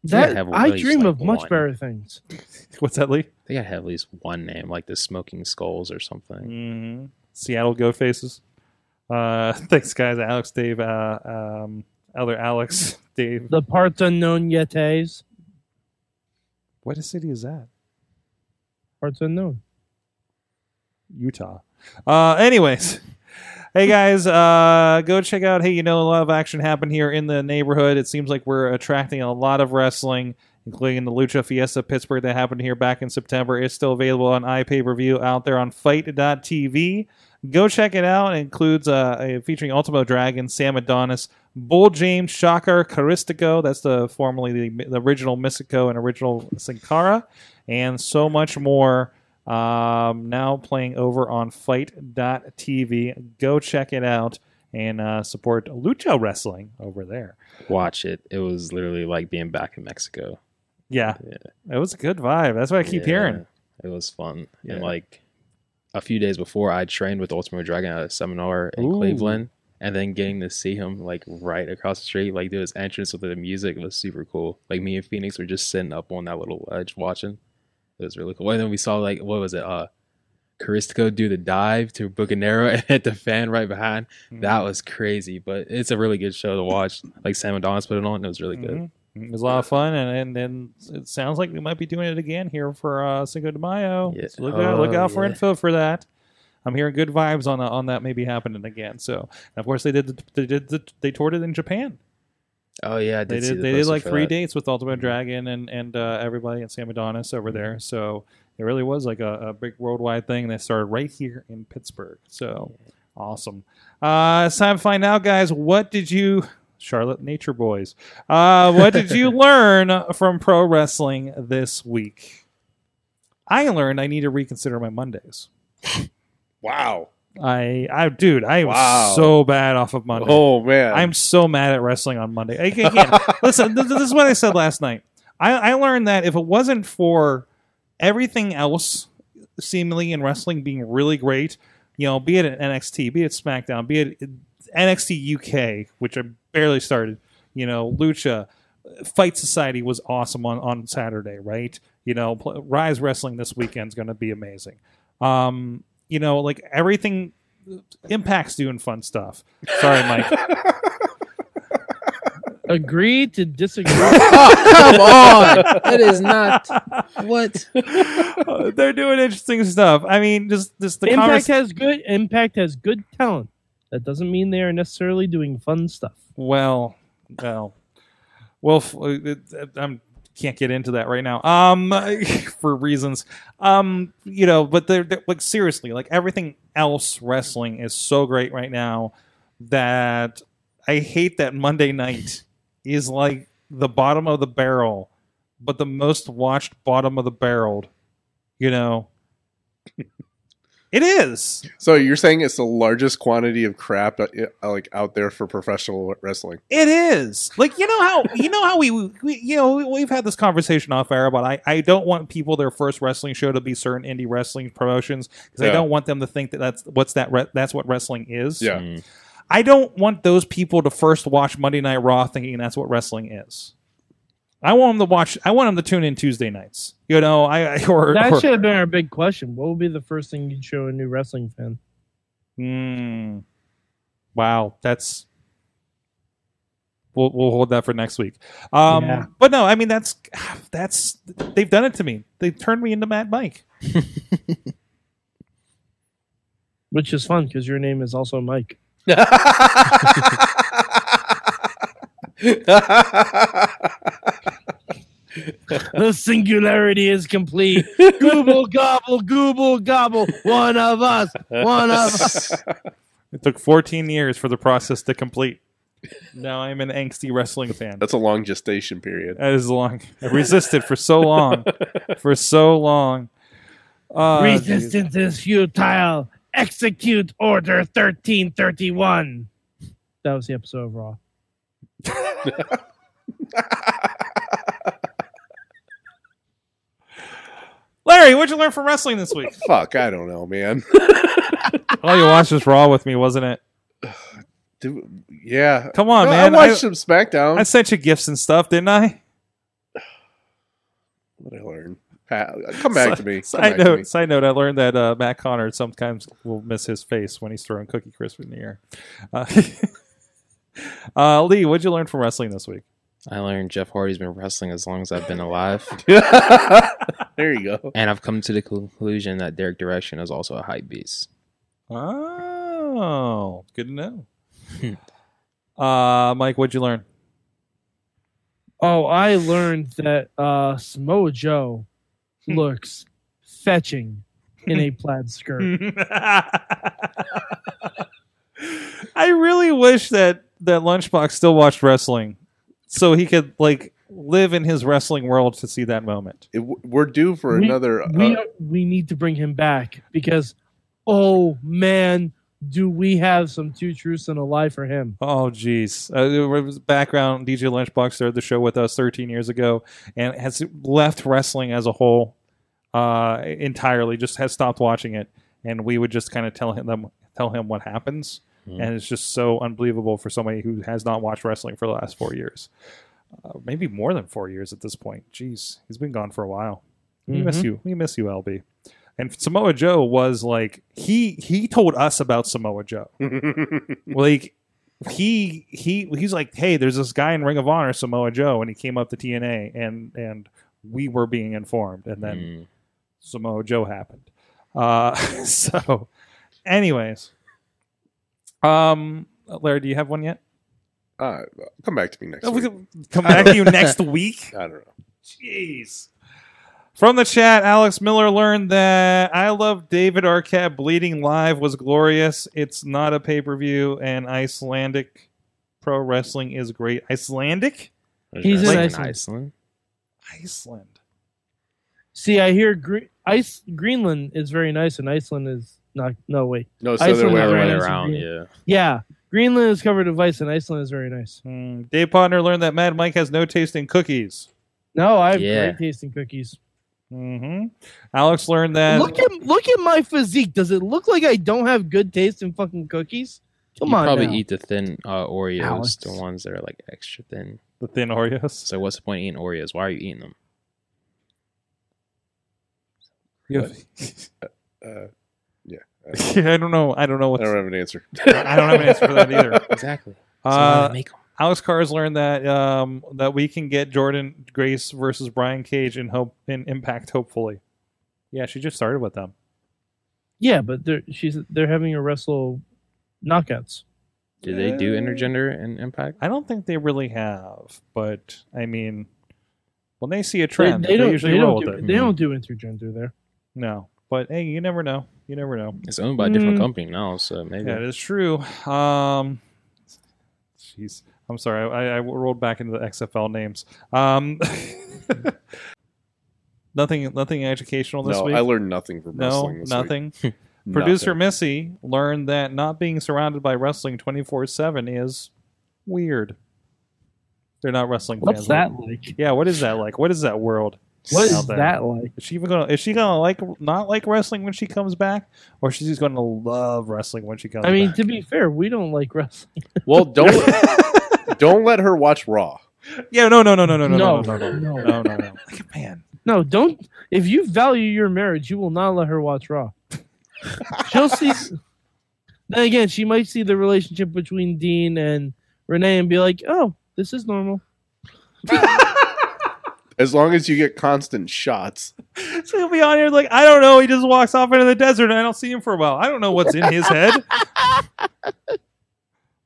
Speaker 2: That
Speaker 5: have at
Speaker 2: I
Speaker 5: least,
Speaker 2: dream
Speaker 5: like,
Speaker 2: of much
Speaker 5: one.
Speaker 2: better things.
Speaker 3: What's that, Lee?
Speaker 5: they got to have at least one name, like the Smoking Skulls or something.
Speaker 3: Mm-hmm. Seattle Go Faces. Uh, <laughs> thanks, guys. Alex, Dave, uh, um, other Alex, <laughs> Dave.
Speaker 2: The parts unknown yetes.
Speaker 3: What city is that?
Speaker 2: Parts unknown.
Speaker 3: Utah. Uh, anyways, <laughs> hey guys, uh, go check out. Hey, you know, a lot of action happened here in the neighborhood. It seems like we're attracting a lot of wrestling, including the Lucha Fiesta Pittsburgh that happened here back in September. It's still available on iPay per view out there on Fight.tv. Go check it out. It includes uh, featuring Ultimo Dragon, Sam Adonis, Bull James, Shocker, Caristico. That's the formerly the, the original Mystico and original Sin Cara, and so much more um, now playing over on fight.tv. Go check it out and uh, support Lucha Wrestling over there.
Speaker 5: Watch it. It was literally like being back in Mexico.
Speaker 3: Yeah, it was a good vibe. That's what I keep
Speaker 5: Yeah,
Speaker 3: hearing.
Speaker 5: It was fun.
Speaker 3: Yeah.
Speaker 5: And like a few days before, I trained with Ultimate Dragon at a seminar in
Speaker 3: Ooh.
Speaker 5: Cleveland, and then getting to see him like right across the street, like do his entrance with the music was super cool. Like me and Phoenix were just sitting up on that little ledge watching. It was really cool. And then we saw like what was it? Uh, Caristico do the dive to Bucanero <laughs> and hit the fan right behind.
Speaker 3: Hmm.
Speaker 5: That was crazy, but it's a really good show to watch. Like Sam Adonis put it on, it was really good.
Speaker 3: Mhm. It was a lot of fun, and, and and it sounds like we might be doing it again here for uh, Cinco de Mayo.
Speaker 5: Yeah.
Speaker 3: So look out, look
Speaker 5: Oh,
Speaker 3: out for
Speaker 5: yeah.
Speaker 3: info for that. I'm hearing good vibes on uh, on that maybe happening again. So, and of course, they did the, they did the, they toured it in Japan.
Speaker 5: Oh yeah, I did
Speaker 3: They
Speaker 5: see
Speaker 3: did
Speaker 5: the
Speaker 3: they did
Speaker 5: poster
Speaker 3: like
Speaker 5: for
Speaker 3: three
Speaker 5: that. Mm-hmm.
Speaker 3: dates with Ultimate Dragon and and uh, everybody at Sam Adonis over there. So it really was like a, a big worldwide thing. They started right here in Pittsburgh. So awesome. Uh, it's time to find out, guys. What did you, Charlotte Nature Boys? Uh, what did
Speaker 5: <laughs>
Speaker 3: you learn from pro wrestling this week? I learned I need to reconsider my Mondays.
Speaker 4: Wow.
Speaker 3: I, I, dude, I am
Speaker 4: Wow.
Speaker 3: so bad off of Mondays.
Speaker 4: Oh man.
Speaker 3: I'm so mad at wrestling on Monday. I- Again, listen, th- th- this is what I said last night. I, I learned that if it wasn't for everything else, seemingly in wrestling being really great, you know, be it at NXT, be it SmackDown, be it NXT UK, which I barely started, you know, Lucha, Fight Society was awesome on, on Saturday, right? You know, pl- Rise Wrestling this weekend is going to be amazing. Um, you know, like everything, Impact's doing fun stuff. Sorry, Mike.
Speaker 2: Agree to disagree.
Speaker 5: Come on, that is not what.
Speaker 3: Uh, <laughs> they're doing interesting stuff. I mean, just just <laughs> the
Speaker 2: Impact
Speaker 3: convers-
Speaker 2: has good Impact has good talent. That doesn't mean they are necessarily doing fun stuff.
Speaker 3: well, well, well. f- uh, it- I'm can't get into that right now. Um, <laughs> for reasons. Um, you know, but they're, they're like seriously, like everything else wrestling is so great right now that I hate that Monday night is like the bottom of the barrel, but the most watched bottom of the barrel. You know, <laughs> it is.
Speaker 4: so you're saying it's the largest quantity of crap uh, uh, like out there for professional wrestling?
Speaker 3: It is like you know how you know how we, we you know we, we've had this conversation off air about I I don't want people their first wrestling show to be certain indie wrestling promotions because I
Speaker 4: Yeah.
Speaker 3: don't want them to think that that's what's that re- that's what wrestling is.
Speaker 4: Yeah.
Speaker 5: Mm.
Speaker 3: I don't want those people to first watch Monday Night Raw thinking that's what wrestling is. I want them to watch. I want them to tune in Tuesday nights. You know, I, I or,
Speaker 2: That
Speaker 3: or-
Speaker 2: should have been our big question. What would be the first thing you'd show a new wrestling fan?
Speaker 3: Hmm. wow, that's we'll we'll hold that for next week. Um,
Speaker 2: Yeah.
Speaker 3: but no, I mean that's that's they've done it to me. They've turned me into Mad Mike.
Speaker 2: Which is fun because your name is also Mike. the singularity
Speaker 3: <laughs>
Speaker 2: is complete. Gooble gobble, Google gobble. One of us,
Speaker 3: <laughs>
Speaker 2: one of us.
Speaker 3: It took 14 years for the process to complete. Now I'm an angsty wrestling fan.
Speaker 4: That's a long gestation period.
Speaker 3: That is long. I resisted for so
Speaker 4: <laughs>
Speaker 3: long, for so long. Uh,
Speaker 2: Resistance is futile. Execute Order 1331. That was the episode of Raw.
Speaker 3: Larry, what'd you learn from wrestling this week?
Speaker 4: Fuck, I don't know, man.
Speaker 3: All you watched was Raw with me, wasn't it?
Speaker 4: Dude, yeah.
Speaker 3: Come on,
Speaker 4: No,
Speaker 3: man.
Speaker 4: I watched
Speaker 3: I-
Speaker 4: some SmackDown.
Speaker 3: I sent you gifts and stuff, didn't I?
Speaker 4: what did I learn? Pat, come back to me. Come
Speaker 3: Side
Speaker 4: back to
Speaker 3: note,
Speaker 4: me.
Speaker 3: side note, I learned that uh, Matt Connor sometimes will miss his face when he's throwing Cookie Crisp in the air. Uh, <laughs> uh, Lee, what'd you learn from wrestling this week?
Speaker 5: I learned Jeff Hardy's been wrestling as long as I've been alive,
Speaker 4: there you go.
Speaker 5: and I've come to the conclusion that Derek Direction is also a hype beast.
Speaker 3: Oh, good to know. uh, Mike, what'd you learn?
Speaker 2: Oh, I learned that uh, Samoa Joe Hmm. looks fetching in <laughs> a plaid skirt.
Speaker 3: I really wish that that Lunchbox still watched wrestling, so he could like live in his wrestling world to see that moment.
Speaker 4: It, we're due for
Speaker 2: We-
Speaker 4: another. Uh,
Speaker 2: we, we need to bring him back because, oh man, do we have some two truths and a lie for him?
Speaker 3: Oh, geez. Uh, there was background DJ Lunchbox started the show with us 13 years ago and has left wrestling as a whole uh, entirely, just has stopped watching it. And we would just kind of tell him them, tell him what happens. And it's just so unbelievable for somebody who has not watched wrestling for the last four years. Uh, maybe more than four years at this point. Jeez, he's been gone for a while. We miss you. We miss you, LB. And Samoa Joe was like he he told us about Samoa Joe.
Speaker 4: <laughs>
Speaker 3: like he he he's like, hey, there's this guy in Ring of Honor, Samoa Joe, and he came up to TNA, and and we were being informed, and then
Speaker 5: Mm.
Speaker 3: Samoa Joe happened. Uh, <laughs> so, anyways, um, Larry, do you have one yet?
Speaker 4: uh, come back to me next.
Speaker 3: Oh, we
Speaker 4: Week.
Speaker 3: can Come back to you next week.
Speaker 4: I don't know.
Speaker 3: Jeez. From the chat, Alex Miller learned that I love David Arquette bleeding live was glorious. It's not a pay per view, and Icelandic pro wrestling is great. Icelandic?
Speaker 2: He's in
Speaker 5: Like
Speaker 2: Iceland.
Speaker 5: Iceland.
Speaker 3: Iceland.
Speaker 2: See, I hear Gre- Ice Greenland is very nice, and Iceland is not. No, wait.
Speaker 4: No, it's the other
Speaker 2: Iceland
Speaker 4: way
Speaker 2: is
Speaker 5: Other
Speaker 4: around.
Speaker 2: very nice
Speaker 5: way
Speaker 2: and
Speaker 5: around,
Speaker 2: green.
Speaker 5: yeah.
Speaker 2: Yeah, Greenland is covered with ice, and Iceland is very nice.
Speaker 3: Hmm. Dave Potter learned that Mad Mike has no taste in cookies.
Speaker 2: No, I have
Speaker 5: Yeah.
Speaker 2: great tasting cookies.
Speaker 3: hmm Alex learned that.
Speaker 2: look at look at my physique. Does it look like I don't have good taste in fucking cookies? Come
Speaker 5: you
Speaker 2: on,
Speaker 5: probably
Speaker 2: now.
Speaker 5: eat the thin uh, Oreos,
Speaker 2: Alex.
Speaker 5: the ones that are like extra thin.
Speaker 3: the thin Oreos.
Speaker 5: So what's the point of eating Oreos? Why are you eating them?
Speaker 3: Yeah, <laughs>
Speaker 4: Uh,
Speaker 3: I don't know. I don't know
Speaker 4: I
Speaker 3: what.
Speaker 4: don't have an answer.
Speaker 3: <laughs> I don't have an answer for that
Speaker 4: <laughs>
Speaker 3: either.
Speaker 5: Exactly.
Speaker 3: Uh,
Speaker 5: make them.
Speaker 3: Alex Carr has learned that um, that we can get Jordan Grace versus Brian Cage in hope in Impact. Hopefully, yeah, she just started with them.
Speaker 2: Yeah, but they're she's they're having her wrestle knockouts.
Speaker 5: Do they do intergender and impact?
Speaker 3: I don't think they really have, but I mean, when they see a
Speaker 2: They,
Speaker 3: trend, they,
Speaker 2: they don't.
Speaker 3: usually
Speaker 2: they,
Speaker 3: roll
Speaker 2: don't do,
Speaker 3: with it.
Speaker 2: they don't do intergender there.
Speaker 3: No, but hey, you never know. You never know.
Speaker 5: It's owned by a different
Speaker 2: Mm.
Speaker 5: company now, so maybe.
Speaker 3: That is true. Um, jeez, I'm sorry. I, I rolled back into the XFL names. Um, <laughs> nothing, nothing educational this
Speaker 4: no,
Speaker 3: week.
Speaker 4: I learned nothing from
Speaker 3: no,
Speaker 4: wrestling. this week.
Speaker 3: nothing.
Speaker 4: Nothing.
Speaker 3: Producer Missy learned that not being surrounded by wrestling 24 7 is weird. They're not wrestling
Speaker 2: What's
Speaker 3: fans.
Speaker 2: that like?
Speaker 3: Yeah, what is that like? What is that world?
Speaker 2: What
Speaker 3: out
Speaker 2: is
Speaker 3: there?
Speaker 2: that like?
Speaker 3: Is she even gonna? Is she gonna like not like wrestling when she comes back, or she's just gonna love wrestling when she comes?
Speaker 2: I mean,
Speaker 3: back?
Speaker 2: to be fair, we don't like wrestling.
Speaker 4: Well, don't <laughs> don't let her watch Raw.
Speaker 3: <laughs> yeah, no, no, no, no, no, no, no, no, no, no,
Speaker 2: no,
Speaker 3: no,
Speaker 2: <laughs>
Speaker 3: no, no. Like, man,
Speaker 2: No, don't. If you value your marriage, you will not let her
Speaker 3: <laughs>
Speaker 2: watch Raw. She'll see. Then again, she might see the relationship between Dean and Renee and be like, "Oh, this is normal."
Speaker 4: As long as you get constant shots.
Speaker 3: so he'll be on here like I don't know. He just walks off into the desert, and I don't see him for a while. I don't know what's in his
Speaker 2: <laughs>
Speaker 3: head. I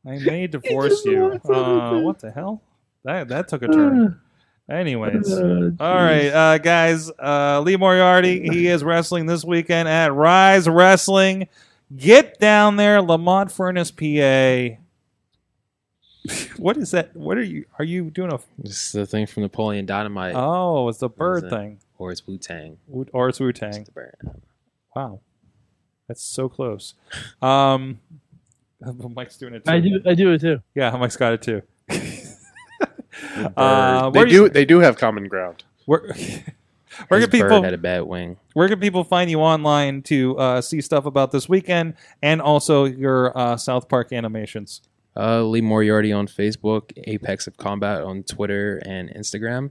Speaker 3: may divorce
Speaker 2: just
Speaker 3: you.
Speaker 2: walks off
Speaker 3: Uh,
Speaker 2: into-
Speaker 3: what the hell? That that took a turn. Anyways,
Speaker 2: Uh,
Speaker 3: all right, uh, guys. Uh, Lee Moriarty
Speaker 2: <laughs>
Speaker 3: he is wrestling this weekend at Rise Wrestling. Get down there, Lamont Furnace, PA. what is that? What are you? Are you doing a?
Speaker 5: This is the thing from Napoleon Dynamite,
Speaker 3: Oh, it's the
Speaker 5: is
Speaker 3: bird
Speaker 5: it?
Speaker 3: thing,
Speaker 5: or it's Wu Tang.
Speaker 3: or it's Wu Tang. Wow, that's so close. Um, <laughs> Mike's doing it. Too.
Speaker 2: I do. I do it too.
Speaker 3: Yeah, Mike's got it too.
Speaker 4: Uh,
Speaker 3: uh,
Speaker 4: they
Speaker 3: where
Speaker 4: do.
Speaker 3: you-
Speaker 4: They do have common ground.
Speaker 3: where, <laughs> where can
Speaker 5: Bird
Speaker 3: people
Speaker 5: had a bad wing.
Speaker 3: where can people find you online to uh, see stuff about this weekend and also your uh, South Park animations?
Speaker 5: Uh, Lee Moriarty on Facebook, Apex of Combat on Twitter and Instagram.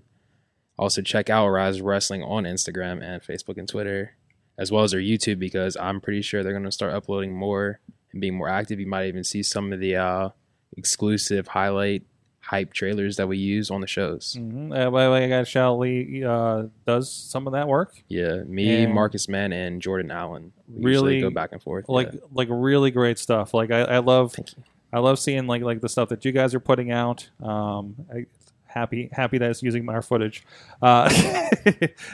Speaker 5: Also, check out Rise Wrestling on Instagram and Facebook and Twitter, as well as their YouTube, because I'm pretty sure they're going to start uploading more and being more active. You might even see some of the uh, exclusive highlight hype trailers that we use on the shows.
Speaker 3: hmm Uh, by the way, I got Shao Lee uh, does some of that work.
Speaker 5: Yeah, me,
Speaker 3: And-
Speaker 5: Marcus Mann, and Jordan Allen. We
Speaker 3: Really,
Speaker 5: usually go back and forth.
Speaker 3: Like
Speaker 5: yeah.
Speaker 3: like really great stuff. Like I, I love
Speaker 5: thank you.
Speaker 3: I love seeing like like the stuff that you guys are putting out. Um, I, happy happy that it's using our footage, uh, <laughs>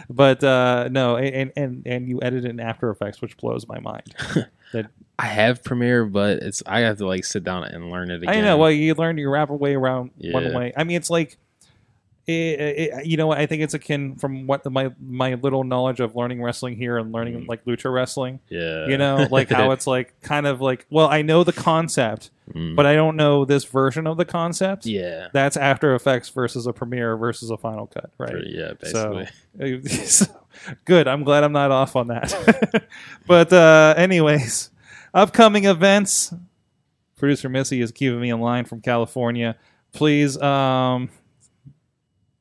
Speaker 3: but uh, no, and and and you edit it in After Effects, which blows my mind.
Speaker 5: I have Premiere, but it's I have to like sit down and learn it again.
Speaker 3: I know. Well, you learn your rapid way around one
Speaker 5: Yeah.
Speaker 3: way. I mean, it's like. It, it, you know, what? I think it's akin from what my my little knowledge of learning wrestling here and learning
Speaker 5: Mm.
Speaker 3: like lucha wrestling.
Speaker 5: yeah,
Speaker 3: You know, like
Speaker 5: <laughs>
Speaker 3: how it's like kind of like well, I know the concept,
Speaker 5: Mm.
Speaker 3: but I don't know this version of the concept.
Speaker 5: yeah.
Speaker 3: that's After Effects versus a Premiere versus a Final Cut, right?
Speaker 5: Pretty- yeah,
Speaker 3: So-
Speaker 5: basically.
Speaker 3: <laughs> So, good. I'm glad I'm not off on that. <laughs> but uh, anyways, upcoming events. Producer Missy is keeping me in line from California. Please, um,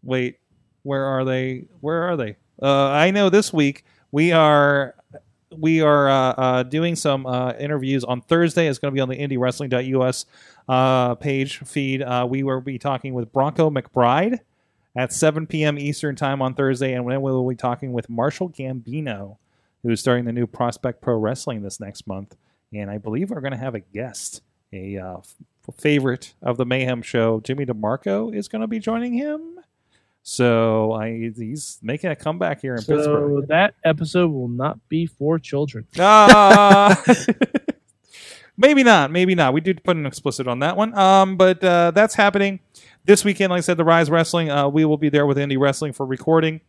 Speaker 3: wait. Where are they? Where are they? Uh, I know this week we are we are uh, uh, doing some uh, interviews on Thursday. It's going to be on the IndieWrestling.us uh, page feed. Uh, we will be talking with Bronco McBride at 7 p.m. Eastern time on Thursday, and then we will be talking with Marshall Gambino, who is starting the new Prospect Pro Wrestling this next month. And I believe we're going to have a guest, a uh, f- favorite of the Mayhem Show, Jimmy DeMarco, is going to be joining him. So I, he's making a comeback here in Pittsburgh.
Speaker 2: So that episode will not be for children.
Speaker 3: Uh, maybe not. Maybe not. We did put an explicit on that one. Um, but uh, that's happening this weekend. Like I said, the Rise Wrestling. Uh, we will be there with Indie Wrestling for recording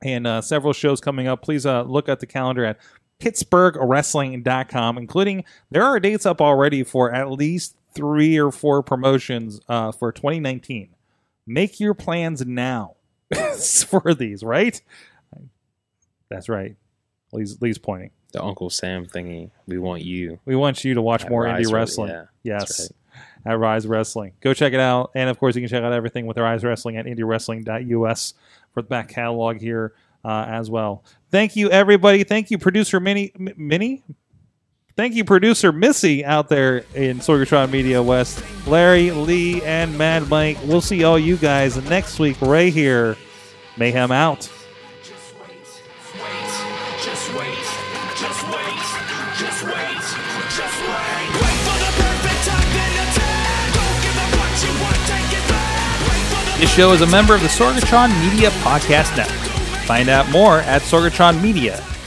Speaker 3: and uh, several shows coming up. Please uh, look at the calendar at pittsburghwrestling.com, including there are dates up already for at least three or four promotions uh, for 2019. Make your plans now <laughs> for these, right? That's right. Lee's, Lee's pointing.
Speaker 5: The Uncle Sam thingy. We want you.
Speaker 3: We want you to watch
Speaker 5: at
Speaker 3: more
Speaker 5: Rise
Speaker 3: indie
Speaker 5: Wrestling.
Speaker 3: wrestling.
Speaker 5: Yeah,
Speaker 3: yes. At Rise Wrestling. Go check it out. And of course, you can check out everything with Rise Wrestling at indiewrestling.us for the back catalog here uh, as well. Thank you, everybody. Thank you, producer Minnie. M- Minnie? Thank you, producer Missy out there in Sorgatron Media West. Larry, Lee, and Mad Mike. We'll see all you guys next week right here. Mayhem out.
Speaker 1: Just wait, wait, just wait, just wait, just wait, just wait. Wait for the perfect time then attack. Don't give up what you want, take it back. Wait for the
Speaker 3: This show is a member of the Sorgatron Media Podcast Network. Find out more at sorgatronmedia.com.